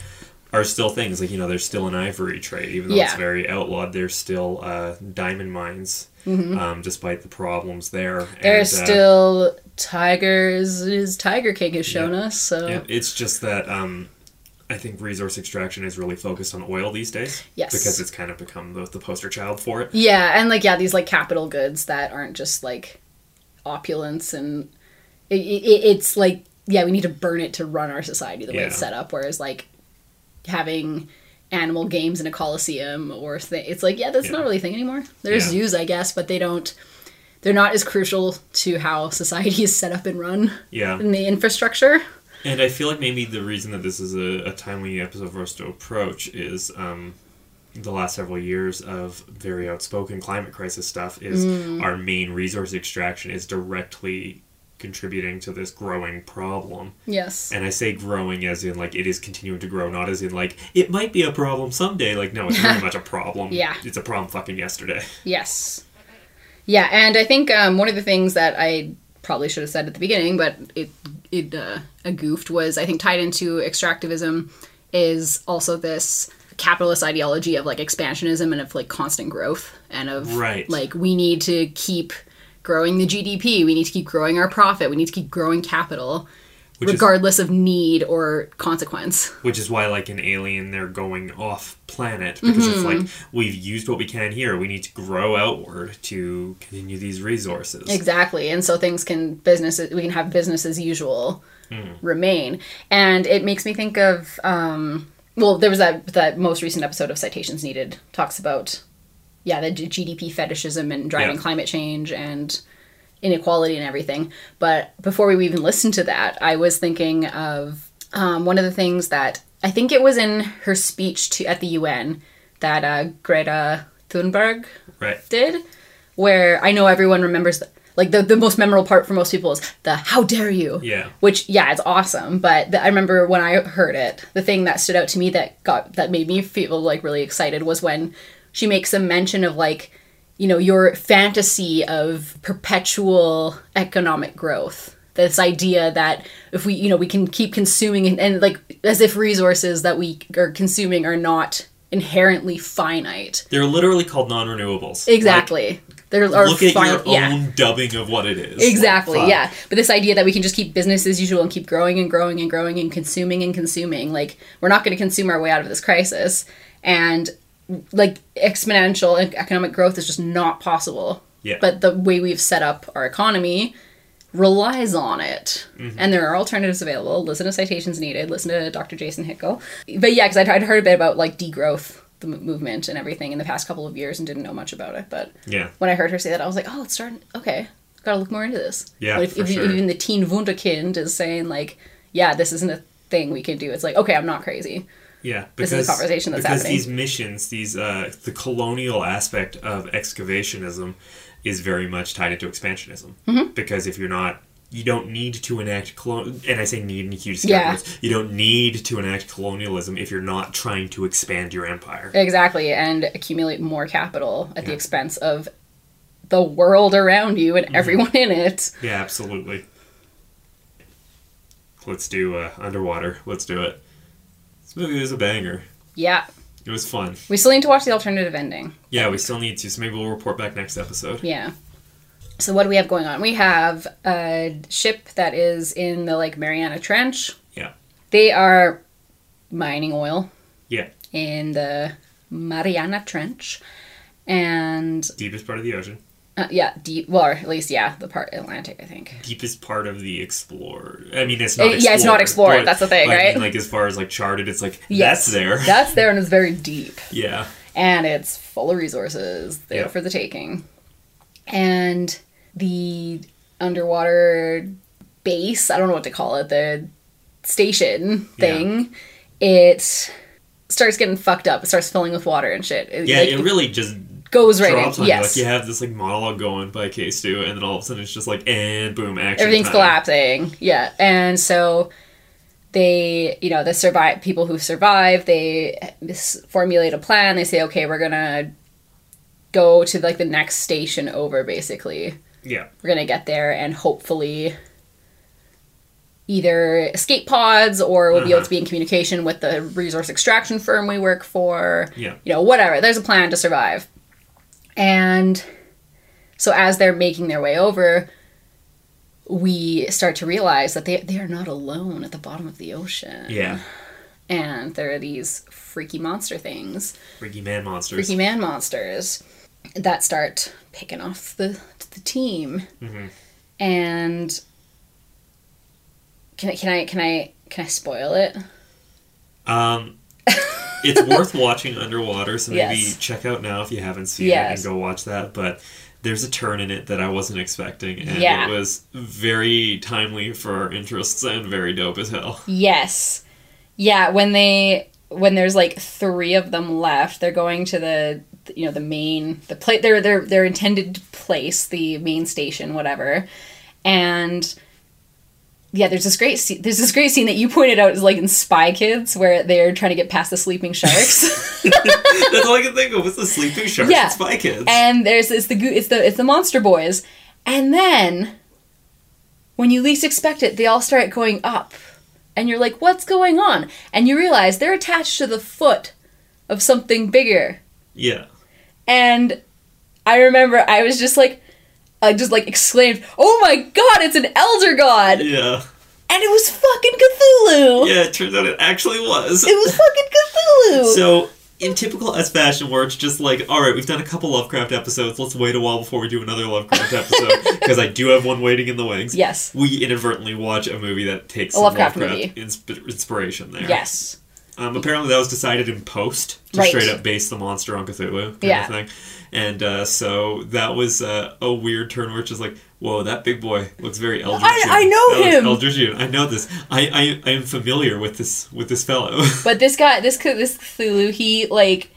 are still things. Like, you know, there's still an ivory trade, even though it's Yeah. very outlawed, there's still uh, diamond mines, um, despite the problems there. There's And, uh, Mm-hmm. still tigers. His Tiger King has shown us. So Yeah, it's just that um, I think resource extraction is really focused on oil these days. Yes. Because it's kind of become the, the poster child for it. Yeah, and like yeah, these like capital goods that aren't just like opulence and it, it, it's like yeah, we need to burn it to run our society the way it's Yeah. set up. Whereas like having animal games in a coliseum or thing, it's like yeah, that's Yeah. not really a thing anymore. There's Yeah. zoos, I guess, but they don't. They're not as crucial to how society is set up and run Yeah. in the infrastructure. And I feel like maybe the reason that this is a, a timely episode for us to approach is um, the last several years of very outspoken climate crisis stuff is Mm. our main resource extraction is directly contributing to this growing problem. Yes. And I say growing as in like it is continuing to grow, not as in like it might be a problem someday. Like no, it's very much a problem. Yeah. It's a problem fucking yesterday. Yes. Yeah, and I think um, one of the things that I probably should have said at the beginning, but it it uh, I goofed was I think tied into extractivism is also this capitalist ideology of like expansionism and of like constant growth and of Right. like we need to keep growing the GDP, we need to keep growing our profit, we need to keep growing capital. Which is- regardless of need or consequence. which is why like an alien they're going off planet because it's Mm-hmm. like we've used what we can here we need to grow outward to continue these resources Exactly. And so things can business we can have business as usual remain. And it makes me think of um, well, there was that that most recent episode of Citations Needed talks about yeah the G- GDP fetishism and driving Yeah. climate change and inequality and everything. But before we even listened to that, I was thinking of um, one of the things that I think it was in her speech to at the UN that uh, Greta Thunberg Right. did, where I know everyone remembers the, like the, the most memorable part for most people is the how dare you. Yeah. Which yeah, it's awesome, but the, I remember when I heard it, the thing that stood out to me that got that made me feel like really excited was when she makes a mention of like you know your fantasy of perpetual economic growth this idea that if we you know we can keep consuming and, and like as if resources that we are consuming are not inherently finite They're literally called non-renewables. Exactly. there are Like, look at fi- your yeah. own dubbing of what it is. Exactly. Like, fuck. yeah. But this idea that we can just keep business as usual and keep growing and growing and growing and consuming and consuming, like we're not going to consume our way out of this crisis, and like exponential e- economic growth is just not possible. Yeah. But the way we've set up our economy relies on it, Mm-hmm. and there are alternatives available. Listen to citations needed. Listen to Dr. Jason Hickel. But yeah, because I'd, I'd heard a bit about like degrowth. The m- movement and everything in the past couple of years, and didn't know much about it. But Yeah. when I heard her say that, I was like, oh, it's starting. Okay, gotta look more into this. Yeah, But if, for if sure. even the teen wunderkind is saying like, yeah, this isn't a thing we can do. It's like, okay, I'm not crazy. Yeah, This is a conversation that's because happening. these missions, these uh, the colonial aspect of excavationism, is very much tied into expansionism. Mm-hmm. Because if you're not, you don't need to enact colon. And I say need in huge Yeah. capitals. You don't need to enact colonialism if you're not trying to expand your empire. Exactly, and accumulate more capital at the expense of the world around you Mm-hmm. and everyone in it. Yeah, absolutely. Let's do uh, underwater. Let's do it. This movie was a banger. Yeah, It was fun. we still need to watch the alternative ending. Yeah, we still need to. So maybe we'll report back next episode. Yeah. So what do we have going on? We have a ship that is in the like Mariana Trench. Yeah. They are mining oil. Yeah. in the Mariana Trench, and Deepest part of the ocean. uh, yeah, deep. Well, or at least yeah, the part Atlantic, I think. deepest part of the explored. I mean, it's not. Uh, Explored, yeah, it's not explored, but, that's the thing, like, I mean, right? like as far as like charted, it's like Yes. that's there. That's there, and it's very deep, yeah, and it's full of resources there Yeah. for the taking, and the underwater base. I don't know what to call it. The station thing. It starts getting fucked up. It starts filling with water and shit. It, yeah. like, it really just goes right drops in. on Yes. you. Like you have this like monologue going by K Stu, and then all of a sudden it's just like and boom, action. everything's time. collapsing yeah and so they you know the survive people who survive they s- formulate a plan they say okay we're gonna go to like the next station over basically Yeah, we're gonna get there and hopefully either escape pods or we'll be able Uh-huh. to be in communication with the resource extraction firm we work for yeah, you know, whatever. There's a plan to survive. And so as they're making their way over, we start to realize that they they are not alone at the bottom of the ocean. yeah. And there are these freaky monster things, Freaky man monsters. freaky man monsters that start picking off the the team. Mhm. And can I can I can I can I spoil it? um, it's worth watching underwater, so maybe Yes. check out now if you haven't seen it Yes. and go watch that. But there's a turn in it that I wasn't expecting, and Yeah. it was very timely for our interests and very dope as hell. Yes. Yeah, when they when there's like 3 of them left, they're going to the you know the main the pla their their their intended place, the main station, whatever. And yeah, there's this great scene, there's this great scene that you pointed out is like in Spy Kids where they're trying to get past the sleeping sharks. That's all I can think of was the sleeping sharks Yeah. and spy kids. and there's it's the goo- it's the it's the monster boys. And then when you least expect it, they all start going up. And you're like, "What's going on?" And you realize they're attached to the foot of something bigger. yeah. And I remember I was just like I just like exclaimed, "Oh my god, it's an elder god." Yeah. And it was fucking Cthulhu. Yeah, it turns out it actually was. It was fucking Cthulhu. So in typical S fashion, where it's just like, all right, we've done a couple Lovecraft episodes. Let's wait a while before we do another Lovecraft episode because I do have one waiting in the wings. Yes. we inadvertently watch a movie that takes A some Lovecraft Lovecraft, movie. insp- inspiration there. Yes. Um, apparently that was decided in post to Right. straight up base the monster on Cthulhu kind Yeah. of thing. And uh, so that was uh, a weird turn where it's just like, whoa, that big boy looks very Eldritch. I- I know That looks him! Eldritch June. I know this. I, I I am familiar with this with this fellow. But this guy, this Cth- this Cthulhu, he like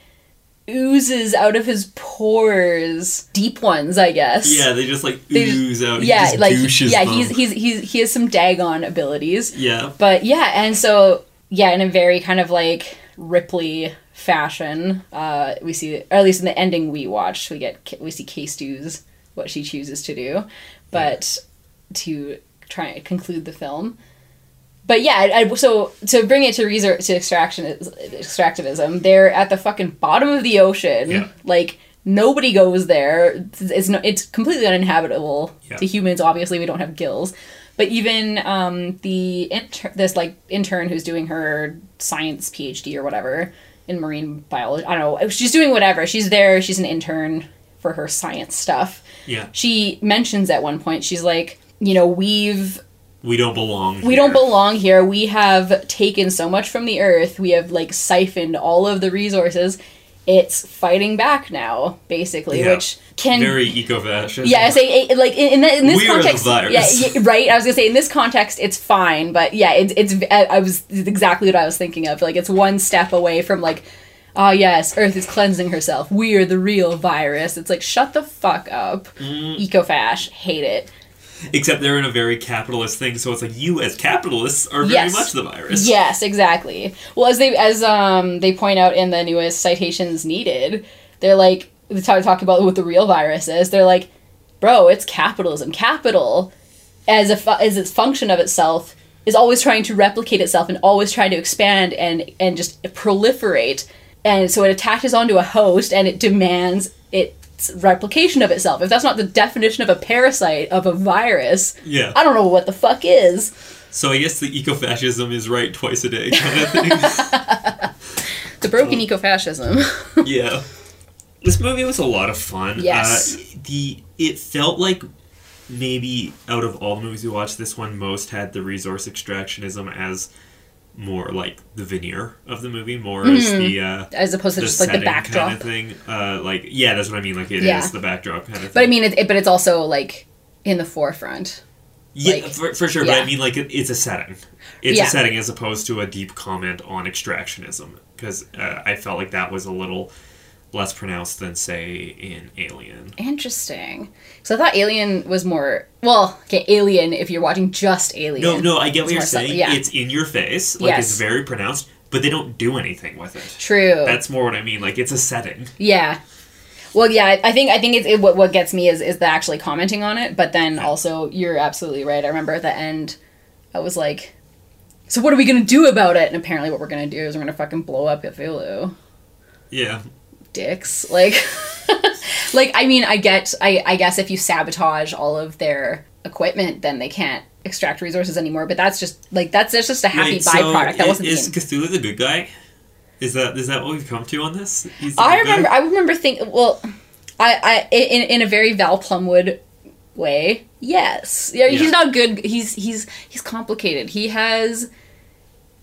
oozes out of his pores, deep ones, I guess. yeah, they just like They just- ooze out. yeah, he just like douches yeah, them. he's, he's he's he has some Dagon abilities. yeah. But yeah, and so yeah, in a very kind of like Ripley fashion, uh, we see, or at least in the ending we watched, we get K- we see Case do's what she chooses to do, but to try and conclude the film. But yeah, I, I- so to bring it to reser- to extraction extractivism, they're at the fucking bottom of the ocean. Yeah. Like nobody goes there. It's it's, no, it's completely uninhabitable Yeah. to humans. Obviously, we don't have gills. But even um, the inter- this like intern who's doing her science PhD or whatever in marine biology, I don't know. She's doing whatever. She's there. She's an intern for her science stuff. Yeah. She mentions at one point. She's like, you know, we've We don't belong. we don't belong here. We have taken so much from the earth. We have like siphoned all of the resources. It's fighting back now, basically, Yeah. which can Very eco fascist. yeah, I say eh, like in, in, that- in this We are the context, virus. yeah, yeah, right. I was gonna say in this context, it's fine, but yeah, it's it's I I was it's exactly what I was thinking of. Like it's one step away from like, ah yes, Earth is cleansing herself. We are the real virus. It's like shut the fuck up, Mm. ecofash, hate it. Except they're in a very capitalist thing, so it's like you as capitalists are very Yes. much the virus. Yes, exactly. Well, as they as um they point out in the newest citations needed, they're like they talk, talk about what the real virus is. They're like, bro, it's capitalism. Capital, as a fu- as its function of itself, is always trying to replicate itself and always trying to expand and and just proliferate. And so it attaches onto a host and it demands its replication of itself. If that's not the definition of a parasite of a virus, Yeah. I don't know what the fuck is. So I guess the eco fascism is right twice a day kind of thing. It's a broken eco fascism. yeah this movie was a lot of fun Yes. uh, the it felt like maybe out of all the movies we watched this one most had the resource extractionism as more like the veneer of the movie more as the uh as opposed to the Mm-hmm. just like the setting backdrop. kind of thing uh like yeah that's what i mean like it is Yeah. the backdrop kind of thing But I mean, it, it, but it's also like in the forefront. yeah like- for, for sure but yeah. i mean like it, it's a setting it's Yeah. a setting as opposed to a deep comment on extractionism because uh, i felt like that was a little less pronounced than say in alien Interesting. So I thought Alien was more well, okay, Alien. If you're watching just Alien, No, no, I get It's what you're more subtle, saying. yeah. It's in your face. Like Yes. it's very pronounced, but they don't do anything with it. true. That's more what I mean. Like it's a setting. yeah. Well, yeah, I- I think I think it's it, what what gets me is is the actually commenting on it. But then also, you're absolutely right. I remember at the end, I was like, "So what are we gonna do about it?" And apparently, what we're gonna do is we're gonna fucking blow up Ifilu. Yeah. dicks like like i mean i get I, I guess if you sabotage all of their equipment then they can't extract resources anymore but that's just like that's, that's just a happy byproduct that wasn't is the aim. Cthulhu the good guy? Is that is that what we've come to on this? He's the i good guy? remember i remember thinking well i i in, in a very val plumwood way yes yeah, Yeah. he's not good he's he's he's complicated he has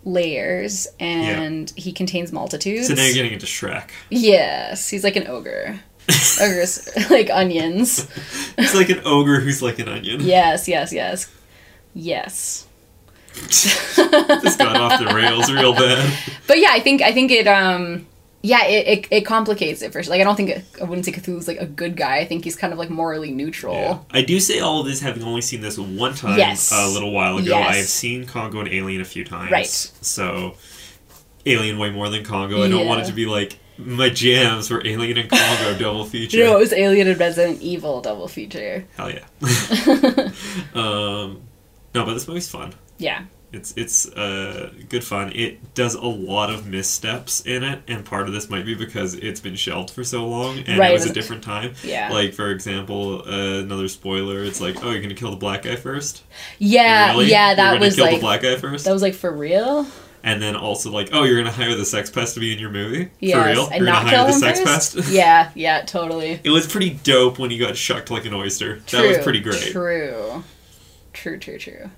layers and he contains multitudes So now you're getting into Shrek. yes he's like an ogre ogres like onions It's like an ogre who's like an onion. Yes, yes, yes. Yes. This got off the rails real bad. But yeah, I think I think it um yeah, it, it, it complicates it for sure. Like I don't think it, I wouldn't say Cthulhu's like a good guy. I think he's kind of like morally neutral. Yeah. I do say all of this having only seen this one time Yes. a little while ago. Yes. I've seen Congo and Alien a few times. Right. So Alien way more than Congo. I don't want Yeah. it to be like my jams were Alien and Congo double feature. You know, it was Alien and Resident Evil double feature. Hell yeah. um, no, but this movie's fun. Yeah. It's it's uh, good fun. It does a lot of missteps in it, and part of this might be because it's been shelved for so long, and Right, it was it a was- different time. Yeah. Like for example, uh, another spoiler. It's like, oh, you're gonna kill the black guy first. Yeah, Really? Uh, yeah, You're that gonna was kill the like black guy first. that was like for real? and then also like, oh, you're gonna hire the sex pest to be in your movie Yes, for real? and you're not gonna kill hire the him sex first? pest? yeah, yeah, totally. It was pretty dope when he got shucked like an oyster. True, that was pretty great. True, true, true, true.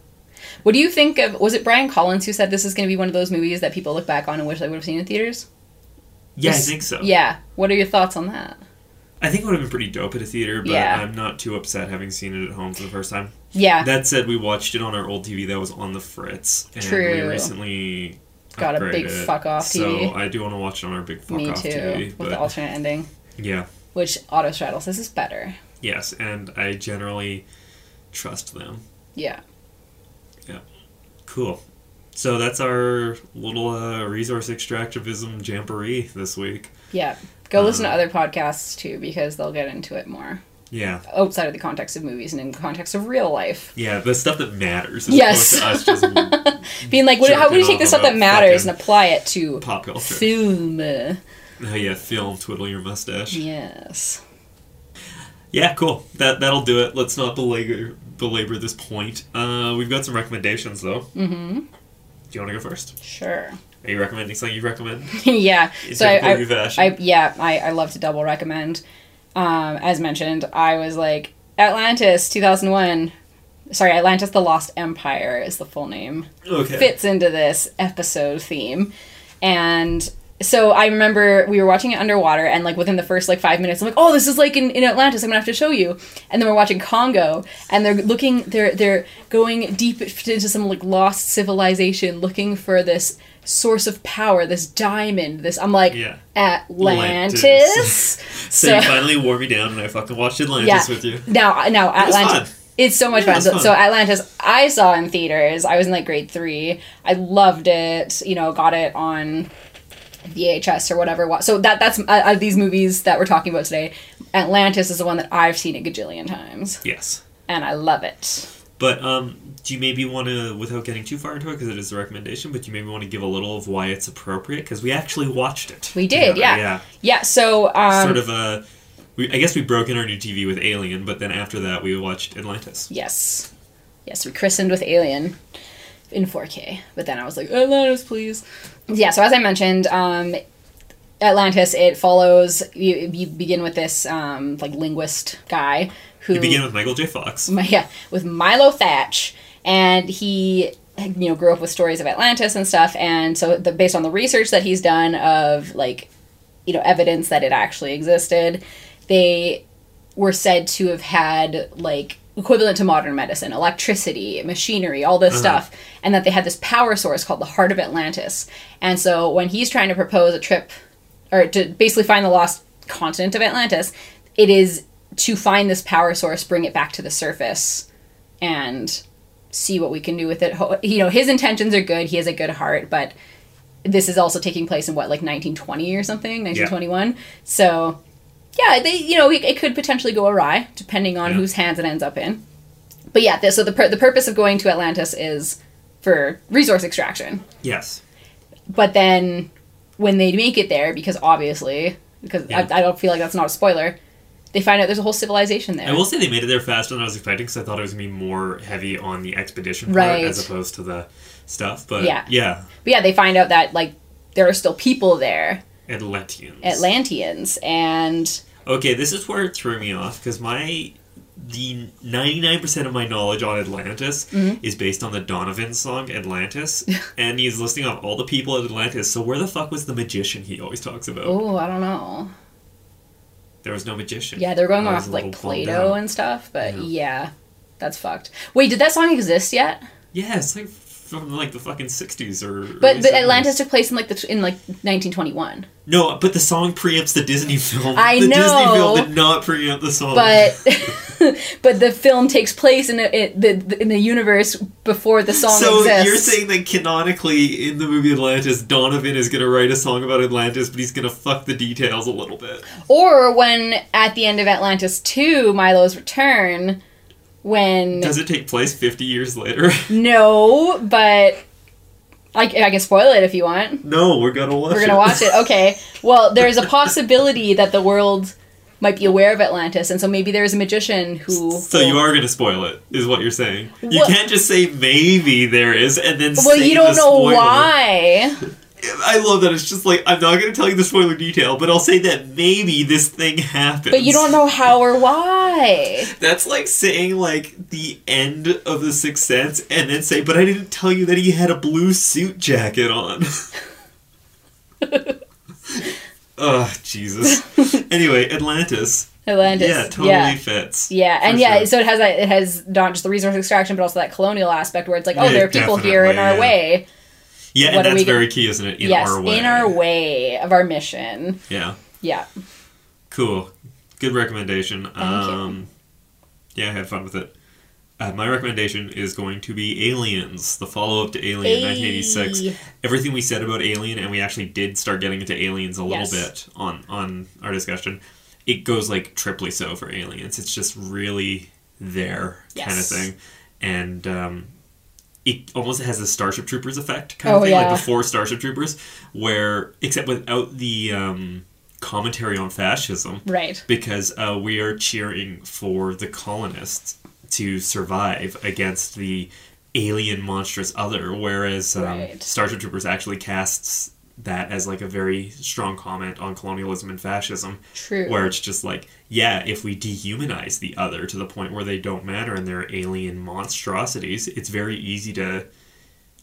What do you think of? Was it Brian Collins who said this is going to be one of those movies that people look back on and wish they would have seen in theaters? Yeah, I This- think so. Yeah. What are your thoughts on that? I think it would have been pretty dope at a theater, but Yeah. I'm not too upset having seen it at home for the first time. Yeah, That said, we watched it on our old TV that was on the Fritz, and we True. recently Got a upgraded big it. fuck off TV. So I do want to watch it on our big fuck me off too. TV, with but the alternate ending, yeah, which Auto Straddle says is better. yes, and I generally trust them. Yeah. Cool. So that's our little uh, resource extractivism jamboree this week. Yeah. Go Uh-huh. listen to other podcasts too because they'll get into it more Yeah, outside of the context of movies and in the context of real life. yeah, the stuff that matters. As Yes. opposed to us just Being like, what, how do Jerking you take the off stuff that Mm-hmm. about matters and fucking apply it to pop culture. film? Oh yeah, film twiddle your mustache. Yes. Yeah, cool. That that'll do it. Let's not belabor belabor this point. Uh, we've got some recommendations though. Mm-hmm. Do you want to go first? Sure. Are you recommending something you recommend? yeah. In so I, typical I, you fashion. I yeah, I, I love to double recommend. Um, as mentioned, I was like Atlantis 2001. Sorry, Atlantis: The Lost Empire is the full name. Okay. fits into this episode theme. And so I remember we were watching it underwater, and like within the first like five minutes, I'm like, "Oh, this is like in, in Atlantis. I'm gonna have to show you." And then we're watching Congo, and they're looking, they're they're going deep into some like lost civilization, looking for this source of power, this diamond. This I'm like, Yeah. Atlantis. Atlantis. So, so you finally wore me down, and I fucking watched Atlantis with you. now, now was Atlantis. fun. It's so much Yeah, it fun. was So, fun. so Atlantis, I saw in theaters. I was in like grade three. I loved it. You know, got it on VHS or whatever. wa- So that that's uh, uh, these movies that we're talking about today. Atlantis is the one that I've seen a gajillion times, Yes. and I love it. But um, do you maybe want to, without getting too far into it, because it is a recommendation, but you maybe want to give a little of why it's appropriate, because we actually watched it. We did, together, yeah, yeah. so um, sort of a. We, I guess we broke in our new TV with Alien, but then after that we watched Atlantis. Yes. Yes, we christened with Alien in 4K. But then I was like, Atlantis, please. Yeah, so as I mentioned, um, Atlantis, it follows, you, you begin with this, um, like, linguist guy who... We begin with Michael J. Fox. My- yeah, with Milo Thatch, and he you know grew up with stories of Atlantis and stuff, and so the, based on the research that he's done of like you know evidence that it actually existed, they were said to have had like equivalent to modern medicine, electricity, machinery, all this stuff, and that they had this power source called the Heart of Atlantis, and so when he's trying to propose a trip or to basically find the lost continent of Atlantis, it is to find this power source, bring it back to the surface, and see what we can do with it. Ho- You know, his intentions are good. He has a good heart, but this is also taking place in what, like 1920 or something, 1921. So, yeah, they, you know, it, it could potentially go awry depending on Yeah. whose hands it ends up in. But yeah, the, so the pur- the purpose of going to Atlantis is for resource extraction Yes. but then when they make it there, because obviously, because Yeah. I, I don't feel like that's not a spoiler, they find out there's a whole civilization there. I will say they made it there faster than I was expecting because I thought it was gonna be more heavy on the expedition part Right. as opposed to the stuff. But Yeah. yeah, but yeah, they find out that like there are still people there, Atlanteans. Atlanteans, and Okay, this is where it threw me off because my the ninety nine percent of my knowledge on Atlantis Mm-hmm. is based on the Donovan song Atlantis, and he's listing off all the people at Atlantis. So where the fuck was the magician he always talks about? oh, I don't know. There was no magician. Yeah, they're going I was off a like little bummed Play-Doh out. and stuff, but Yeah. yeah. that's fucked. Wait, did that song exist yet? Yeah, it's like from like the fucking sixties or. But early but 70s. Atlantis took place in like the tw- in like 1921. No, but the song preempts the Disney film. I the Disney know. film did not preempt the song. But but the film takes place in a, it, the in the universe before the song so exists. you're saying that canonically in the movie Atlantis, Donovan is gonna write a song about Atlantis, but he's gonna fuck the details a little bit. Or when at the end of Atlantis 2, Milo's return, when. Does it take place 50 years later? no, but. I, I can spoil it if you want. no, we're gonna watch. We're going to watch it. Okay. Well, there's a possibility that the world might be aware of Atlantis, and so maybe there is a magician who. So you are going to spoil it, is what you're saying. You Well- can't just say maybe there is and then Well, say you don't the know spoiler. why. I love that. It's just like I'm not going to tell you the spoiler detail, but I'll say that maybe this thing happens. But you don't know how or why. That's like saying like the end of the Sixth Sense, and then say, "But I didn't tell you that he had a blue suit jacket on." Ugh, Jesus. anyway, Atlantis. Atlantis. Yeah, totally yeah. fits. Yeah, For and yeah, sure. so it has that. It has not just the resource extraction, but also that colonial aspect where it's like, oh, Yeah, there are people here in our definitely, way. yeah, and what are that's we gonna- very key, isn't it? In yes, our way. in our way of our mission. Yeah. Yeah, Cool. Good recommendation. you. um, Yeah, I had fun with it. Uh, my recommendation is going to be Aliens, the follow up to Alien Ayy. 1986. Everything we said about Alien, and we actually did start getting into Aliens a little Yes. bit on, on our discussion, it goes like triply so for Aliens. It's just really there kind of Yes. thing. And um, it almost has the Starship Troopers effect kind of Oh, thing, yeah. like before Starship Troopers, where, except without the um, commentary on fascism right. because uh, we are cheering for the colonists to survive against the alien monstrous other, whereas um, Right. Starship Troopers actually casts that as like a very strong comment on colonialism and fascism, True. where it's just like, yeah, if we dehumanize the other to the point where they don't matter and they're alien monstrosities, it's very easy to,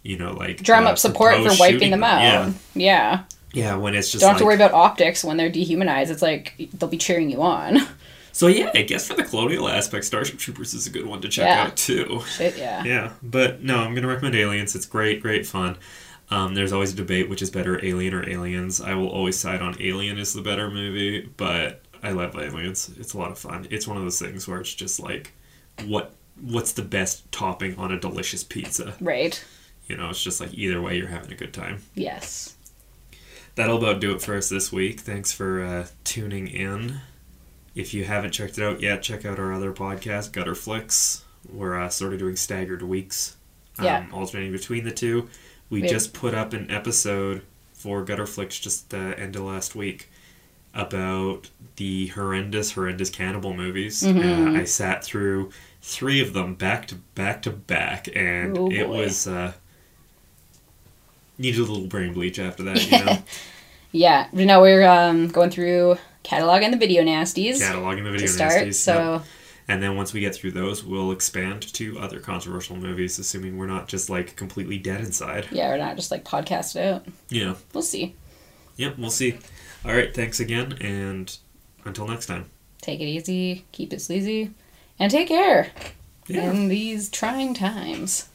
you know, like Drum uh, up support for propose wiping shooting them out. Yeah, yeah. yeah. When it's just Don't have to like- worry about optics when they're dehumanized. It's like they'll be cheering you on. So yeah, I guess for the colonial aspect, Starship Troopers is a good one to check Yeah. out too. Shit, yeah. Yeah, but no, I'm gonna recommend Aliens. It's great, great fun. Um, there's always a debate which is better, Alien or Aliens. I will always side on Alien is the better movie, but I love Aliens. It's a lot of fun. It's one of those things where it's just like, what what's the best topping on a delicious pizza? Right. You know, it's just like either way, you're having a good time. Yes. That'll about do it for us this week. Thanks for uh, tuning in. If you haven't checked it out yet, check out our other podcast, Gutter Flicks. We're uh, sort of doing staggered weeks, um, Yeah. alternating between the two. We We- just put up an episode for Gutter Flicks just the end of last week about the horrendous, horrendous cannibal movies. Mm-hmm. Uh, I sat through three of them back to back to back, and Oh, it boy. was. Uh, Needed a little brain bleach after that, you know. Yeah. Now we're um, going through catalog and the video nasties cataloging the video to start. nasties, so yep. and then once we get through those, we'll expand to other controversial movies, assuming we're not just like completely dead inside. yeah, we're not just like podcast it out. Yeah. We'll see. Yep. We'll see. All right. Thanks again, and until next time. Take it easy. Keep it sleazy. And take care Yeah. in these trying times.